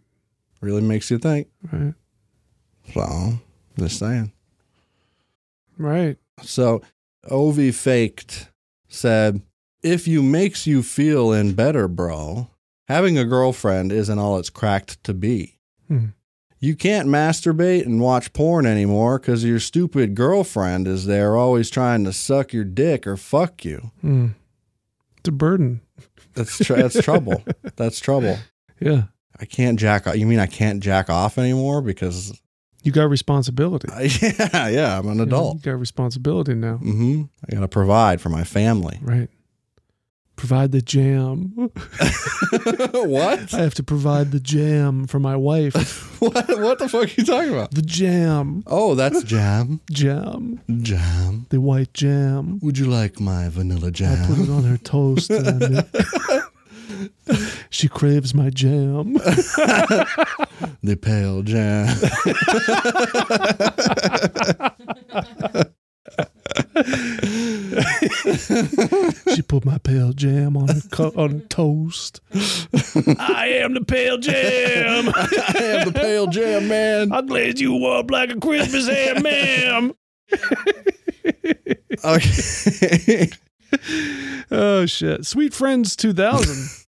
Speaker 1: Really makes you think.
Speaker 2: Right.
Speaker 1: So, just saying.
Speaker 2: Right.
Speaker 1: So Ovi faked said, if you makes you feel in better, bro, having a girlfriend isn't all it's cracked to be.
Speaker 2: Hmm.
Speaker 1: You can't masturbate and watch porn anymore because your stupid girlfriend is there always trying to suck your dick or fuck you.
Speaker 2: Hmm. It's a burden.
Speaker 1: That's, tr- that's trouble. That's trouble.
Speaker 2: Yeah.
Speaker 1: I can't jack off. You mean I can't jack off anymore because,
Speaker 2: You got responsibility.
Speaker 1: I, yeah, yeah, I'm an
Speaker 2: You know,
Speaker 1: adult.
Speaker 2: You got responsibility now.
Speaker 1: hmm I got to provide for my family.
Speaker 2: Right. Provide the jam.
Speaker 1: what?
Speaker 2: I have to provide the jam for my wife.
Speaker 1: what? What the fuck are you talking about?
Speaker 2: The jam.
Speaker 1: Oh, that's jam.
Speaker 2: Jam.
Speaker 1: Jam.
Speaker 2: The white jam.
Speaker 1: Would you like my vanilla
Speaker 2: I put it
Speaker 1: jam?
Speaker 2: on her toast. And I make- she craves my jam.
Speaker 1: The pale jam.
Speaker 2: She put my pale jam on her co- on her toast. I am the pale jam.
Speaker 1: I am the pale jam, man.
Speaker 2: I'm glad you warm like a Christmas ham, ma'am.
Speaker 1: Okay.
Speaker 2: Oh shit! Sweet Friends 2000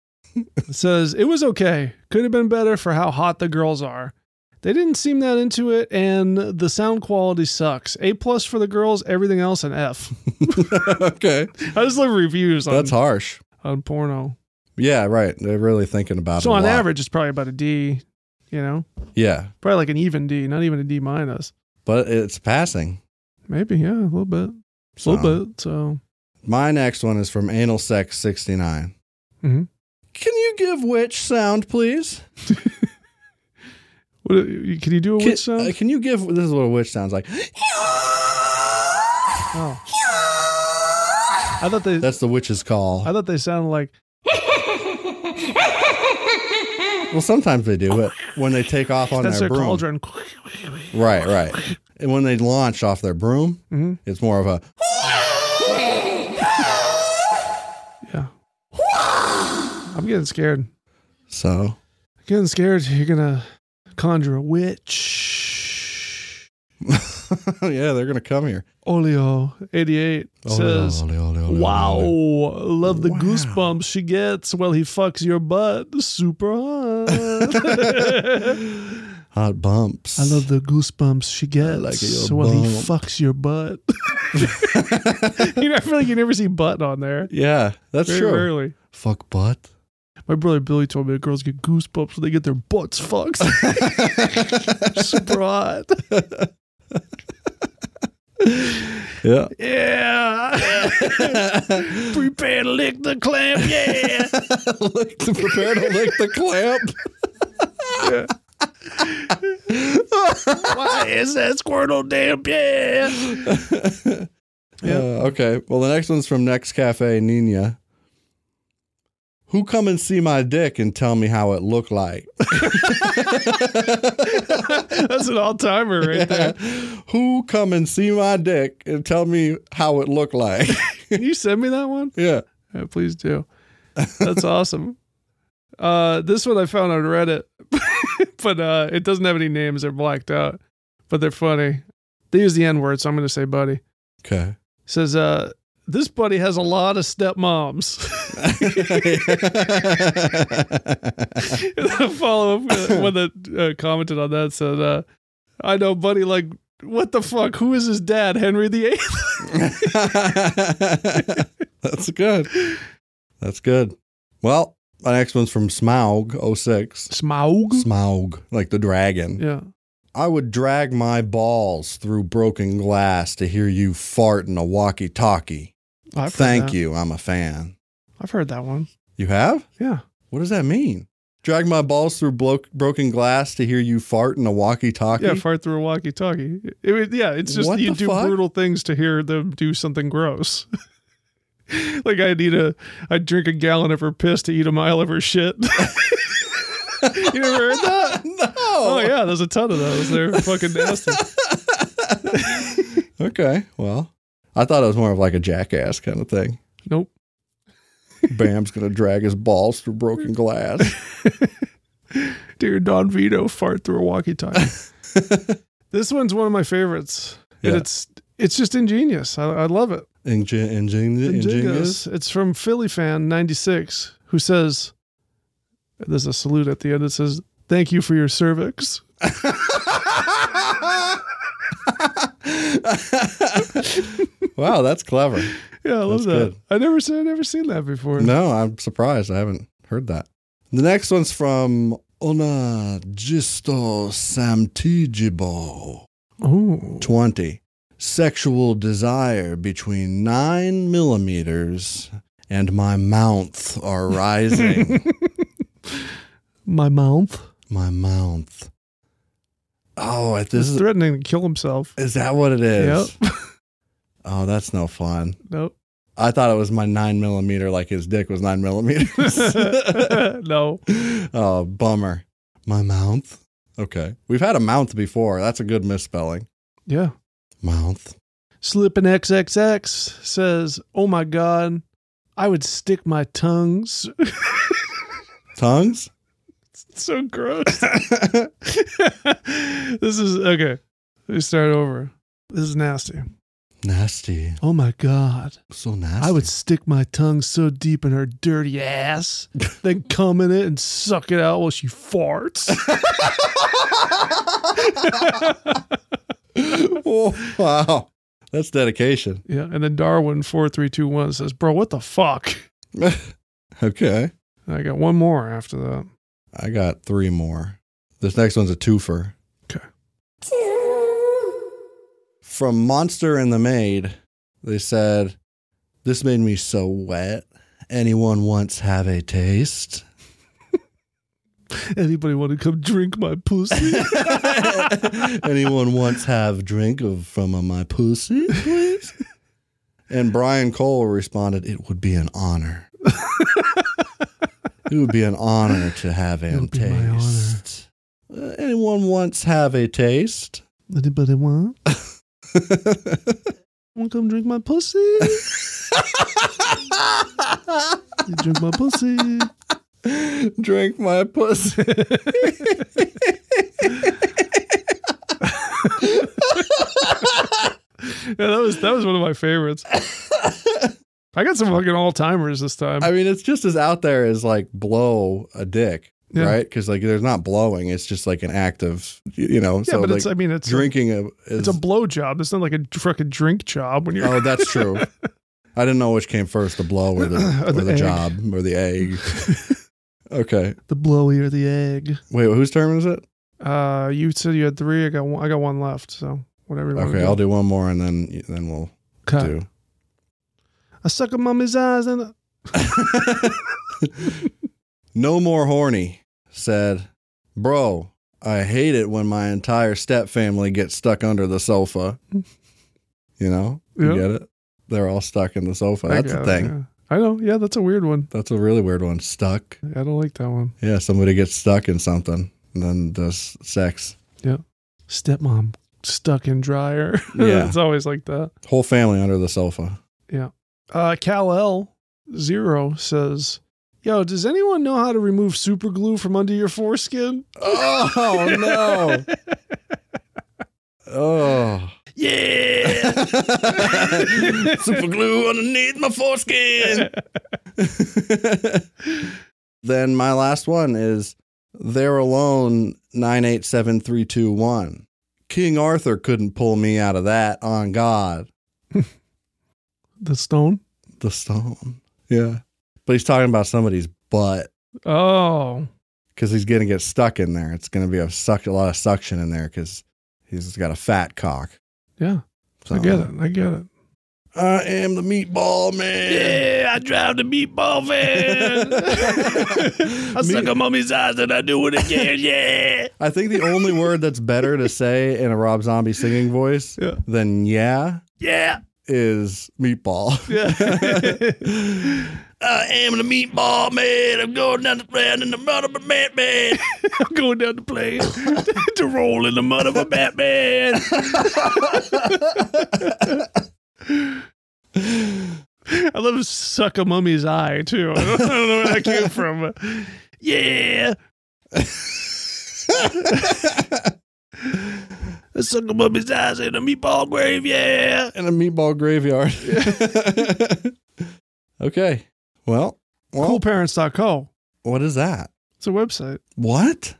Speaker 2: says it was okay. Could have been better for how hot the girls are. They didn't seem that into it, and the sound quality sucks. A plus for the girls. Everything else an F.
Speaker 1: okay.
Speaker 2: I just love reviews on,
Speaker 1: That's harsh.
Speaker 2: on porno.
Speaker 1: Yeah, right. They're really thinking about
Speaker 2: So
Speaker 1: it. a
Speaker 2: on
Speaker 1: lot.
Speaker 2: average, it's probably about a D. You know,
Speaker 1: Yeah.
Speaker 2: probably like an even D, not even a D minus.
Speaker 1: But it's passing.
Speaker 2: Maybe yeah, a little bit, a little bit. So
Speaker 1: My next one is from Anal Sex 69.
Speaker 2: Mhm.
Speaker 1: Can you give witch sound, please?
Speaker 2: what, can you do a
Speaker 1: Can-
Speaker 2: witch sound?
Speaker 1: uh, can you give this is what a witch sounds like?
Speaker 2: oh. I thought they.
Speaker 1: That's the witch's call.
Speaker 2: I thought they sounded like
Speaker 1: Well, sometimes they do, but when they take off on
Speaker 2: that's
Speaker 1: their
Speaker 2: their
Speaker 1: broom,
Speaker 2: cauldron.
Speaker 1: right, right, and when they launch off their broom,
Speaker 2: Mhm.
Speaker 1: it's more of a
Speaker 2: Yeah. I'm getting scared.
Speaker 1: so.
Speaker 2: Getting scared. You're gonna conjure a witch.
Speaker 1: yeah, they're gonna come here.
Speaker 2: Olio eighty eight says,
Speaker 1: Ole, ole, ole, ole, ole.
Speaker 2: "Wow, love the
Speaker 1: Wow.
Speaker 2: goosebumps she gets while he fucks your butt, super hot."
Speaker 1: hot bumps.
Speaker 2: I love the goosebumps she gets
Speaker 1: like your
Speaker 2: while he
Speaker 1: bump.
Speaker 2: fucks your butt. you know, I feel like you never see butt on there.
Speaker 1: Yeah, that's
Speaker 2: Very
Speaker 1: true.
Speaker 2: rarely.
Speaker 1: Fuck butt.
Speaker 2: My brother Billy told me that girls get goosebumps when they get their butts fucked. Super hot.
Speaker 1: Yeah.
Speaker 2: Yeah. Prepare to lick the clamp. Yeah.
Speaker 1: lick the, prepare to lick the clamp.
Speaker 2: Why is that Squirtle damp? Yeah. Yeah.
Speaker 1: Uh, okay. Well, the next one's from Next Cafe Nina. Who come and see my dick and tell me how it looked like?
Speaker 2: That's an all timer right there.
Speaker 1: Who come and see my dick and tell me how it looked like?
Speaker 2: Can you send me that one?
Speaker 1: yeah.
Speaker 2: Yeah, please do. That's awesome. Uh, this one I found on Reddit, but uh, it doesn't have any names. They're blacked out, but they're funny. They use the N word, so I'm going to say buddy.
Speaker 1: Okay.
Speaker 2: says uh this buddy has a lot of stepmoms. Follow up uh, one that uh, commented on that said, uh, "I know, buddy. Like, what the fuck? Who is his dad? Henry VIII?
Speaker 1: That's good. That's good. Well, my next one's from Smaug 06.
Speaker 2: Smaug?
Speaker 1: Smaug, like the dragon.
Speaker 2: Yeah,
Speaker 1: I would drag my balls through broken glass to hear you fart in a walkie talkie.
Speaker 2: I've heard
Speaker 1: Thank
Speaker 2: that.
Speaker 1: you. I'm a fan.
Speaker 2: I've heard that one.
Speaker 1: You have?
Speaker 2: Yeah.
Speaker 1: What does that mean? Drag my balls through blo- broken glass to hear you fart in a walkie talkie?
Speaker 2: Yeah, fart through a walkie-talkie. It would- yeah, it's just
Speaker 1: What
Speaker 2: you
Speaker 1: the
Speaker 2: do
Speaker 1: fuck?
Speaker 2: brutal things to hear them do something gross. like I need a, I drink a gallon of her piss to eat a mile of her shit. you never heard that?
Speaker 1: no.
Speaker 2: Oh yeah, there's a ton of those. They're fucking nasty.
Speaker 1: Okay. Well, I thought it was more of like a jackass kind of thing.
Speaker 2: Nope.
Speaker 1: Bam's going to drag his balls through broken glass.
Speaker 2: Dear Don Vito, fart through a walkie-talkie. this one's one of my favorites,
Speaker 1: Yeah.
Speaker 2: and it's it's just ingenious. I, I love it.
Speaker 1: Ingen- ingen- ingenious.
Speaker 2: Ingenious. It's from Philly fan ninety six who says, "There's a salute at the end. It says." Thank you for your cervix.
Speaker 1: wow, that's clever.
Speaker 2: Yeah, I love
Speaker 1: That's
Speaker 2: that.
Speaker 1: good.
Speaker 2: I never seen, I never seen that before.
Speaker 1: No, I'm surprised. I haven't heard that. The next one's from Ona Gisto Samtigibo
Speaker 2: Oh,
Speaker 1: 20. Sexual desire between nine millimeters and my mouth are rising.
Speaker 2: my mouth.
Speaker 1: my mouth. Oh, this
Speaker 2: He's
Speaker 1: is
Speaker 2: threatening to kill himself.
Speaker 1: is that what it is? Oh, that's no fun.
Speaker 2: Nope.
Speaker 1: I thought it was my nine millimeter, like his dick was nine millimeters.
Speaker 2: no.
Speaker 1: oh, bummer. My mouth. Okay, we've had a mouth before. That's a good misspelling.
Speaker 2: Yeah.
Speaker 1: Mouth.
Speaker 2: Slippin' XXX says, Oh my God, I would stick my tongues.
Speaker 1: Tongues.
Speaker 2: so gross. this is okay. Let me start over. This is nasty.
Speaker 1: Nasty.
Speaker 2: Oh my God.
Speaker 1: So nasty.
Speaker 2: I would stick my tongue so deep in her dirty ass, then come in it and suck it out while she farts.
Speaker 1: Oh, wow, that's dedication.
Speaker 2: yeah. And then Darwin4321 says, Bro, what the fuck?
Speaker 1: okay,
Speaker 2: And I got one more after that.
Speaker 1: I got three more. This next one's a twofer.
Speaker 2: Okay.
Speaker 1: from Monster and the Maid, they said, This made me so wet. Anyone wants have a taste?
Speaker 2: Anybody want to come drink my pussy?
Speaker 1: Anyone wants have drink of from uh, my pussy, please? And Brian Cole responded, It would be an honor. it would be an honor to have a
Speaker 2: It'll be my honor.
Speaker 1: taste. Uh, anyone wants have a taste?
Speaker 2: Anybody want? Want to come drink my pussy? you drink my pussy.
Speaker 1: Drink my pussy.
Speaker 2: Yeah, that was that was one of my favorites. I got some fucking all timers this time.
Speaker 1: I mean, it's just as out there as like blow a dick,
Speaker 2: Yeah.
Speaker 1: right? Because like there's not blowing; it's just like an act of you know.
Speaker 2: yeah,
Speaker 1: so
Speaker 2: but
Speaker 1: like
Speaker 2: it's I mean it's
Speaker 1: drinking a
Speaker 2: A,
Speaker 1: is,
Speaker 2: it's a blow job. It's not like a fucking drink job when you're
Speaker 1: oh, that's true. I didn't know which came first, the blow or the
Speaker 2: Or
Speaker 1: or the,
Speaker 2: the egg.
Speaker 1: job or the egg. okay,
Speaker 2: the blowy or the egg.
Speaker 1: wait, whose turn is it?
Speaker 2: Uh, you said you had three. I got one. I got one left. So whatever. You wanna
Speaker 1: Okay, I'll do one more and then then we'll
Speaker 2: Okay.
Speaker 1: do.
Speaker 2: I suck a mummy's eyes
Speaker 1: Oh,
Speaker 2: and
Speaker 1: No more horny said, bro. I hate it when my entire step family gets stuck under the sofa. You know, you
Speaker 2: Yeah.
Speaker 1: get it. They're all stuck in the sofa.
Speaker 2: I
Speaker 1: That's
Speaker 2: got
Speaker 1: a
Speaker 2: it,
Speaker 1: thing.
Speaker 2: yeah. I know. Yeah, that's a weird one.
Speaker 1: That's a really weird one. Stuck.
Speaker 2: I don't like that one.
Speaker 1: Yeah, somebody gets stuck in something and then does sex.
Speaker 2: Stepmom stuck in dryer.
Speaker 1: Yeah.
Speaker 2: it's always like that.
Speaker 1: Whole family under the sofa.
Speaker 2: Uh, Cal L Zero says, "Yo, does anyone know how to remove super glue from under your foreskin?"
Speaker 1: Oh no. Oh. Yeah. Super glue underneath my foreskin. then my last one is There Alone 987321. King Arthur couldn't pull me out of that on God.
Speaker 2: The stone.
Speaker 1: The stone. Yeah. But he's talking about somebody's butt
Speaker 2: Oh,
Speaker 1: because he's going to get stuck in there. It's going to be a, suck, a lot of suction in there because He's got a fat cock.
Speaker 2: Yeah,
Speaker 1: So,
Speaker 2: I get it. I get it.
Speaker 1: I am the meatball man.
Speaker 2: I drive the meatball van. I suck on mommy's eyes and I do it again. Yeah.
Speaker 1: I think the only word that's better to say in a Rob Zombie singing voice
Speaker 2: Yeah.
Speaker 1: than yeah
Speaker 2: Yeah.
Speaker 1: is meatball.
Speaker 2: Yeah.
Speaker 1: I am the meatball man. I'm going down the round in the mud of a man, man.
Speaker 2: I'm going down the plane to roll in the mud of a Batman. I love suck a mummy's eye too. I don't, I don't know where that came from. but- Yeah, I suck a mummy's eyes in a meatball grave. Yeah,
Speaker 1: in a meatball graveyard. okay. Well, well
Speaker 2: coolparents.co.
Speaker 1: what is that?
Speaker 2: It's a website.
Speaker 1: What?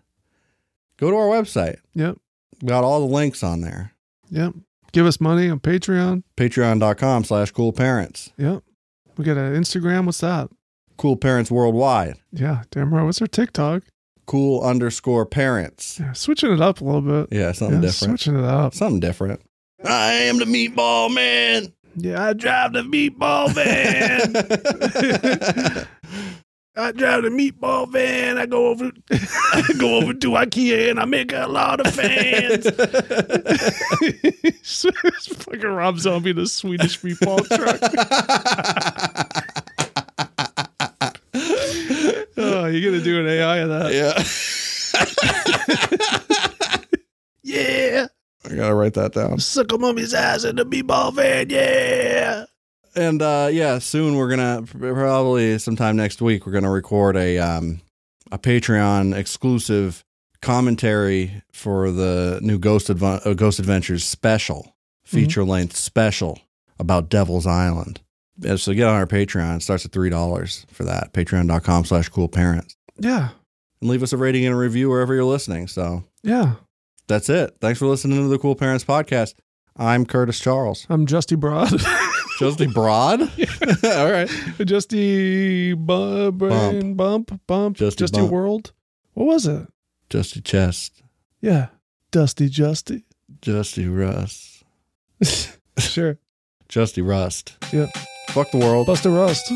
Speaker 1: Go to our website.
Speaker 2: Yep,
Speaker 1: Got all the links on there.
Speaker 2: yep. Give us money on Patreon.
Speaker 1: Patreon.com slash cool parents.
Speaker 2: Yep. We got an Instagram. What's that?
Speaker 1: Cool parents worldwide.
Speaker 2: Yeah, damn right. What's our TikTok?
Speaker 1: Cool underscore parents.
Speaker 2: Yeah, switching it up a little bit.
Speaker 1: Yeah, something
Speaker 2: Yeah,
Speaker 1: different.
Speaker 2: Switching it up.
Speaker 1: Something different. I am the meatball man.
Speaker 2: Yeah, I drive the meatball van. I drive the meatball van. I go over, I go over to IKEA and I make a lot of fans. it's fucking Rob Zombie, the Swedish meatball truck. Oh, you're gonna do an AI of that?
Speaker 1: yeah.
Speaker 2: Yeah,
Speaker 1: I gotta write that down.
Speaker 2: suck a mummy's ass in the meatball van. Yeah,
Speaker 1: And uh yeah, soon we're gonna probably sometime next week we're gonna record a um a Patreon exclusive commentary for the new Ghost Adv- uh, Ghost Adventures special feature length special about Devil's Island. Yeah, so get on our Patreon. It starts at three dollars for that. Patreon.com slash cool parents.
Speaker 2: yeah,
Speaker 1: And leave us a rating and a review wherever you're listening. So
Speaker 2: yeah.
Speaker 1: that's it. Thanks for listening to the Cool Parents Podcast. I'm Curtis Charles.
Speaker 2: I'm Justy Broad.
Speaker 1: Josie Broad? All right.
Speaker 2: Justy bu- brain bump bump,
Speaker 1: Justy
Speaker 2: Justy
Speaker 1: bump.
Speaker 2: World. What was it?
Speaker 1: Justy Chest.
Speaker 2: Yeah, Dusty Justy.
Speaker 1: Justy Rust.
Speaker 2: sure.
Speaker 1: Justy Rust.
Speaker 2: Yep.
Speaker 1: Fuck the world.
Speaker 2: Buster Rust.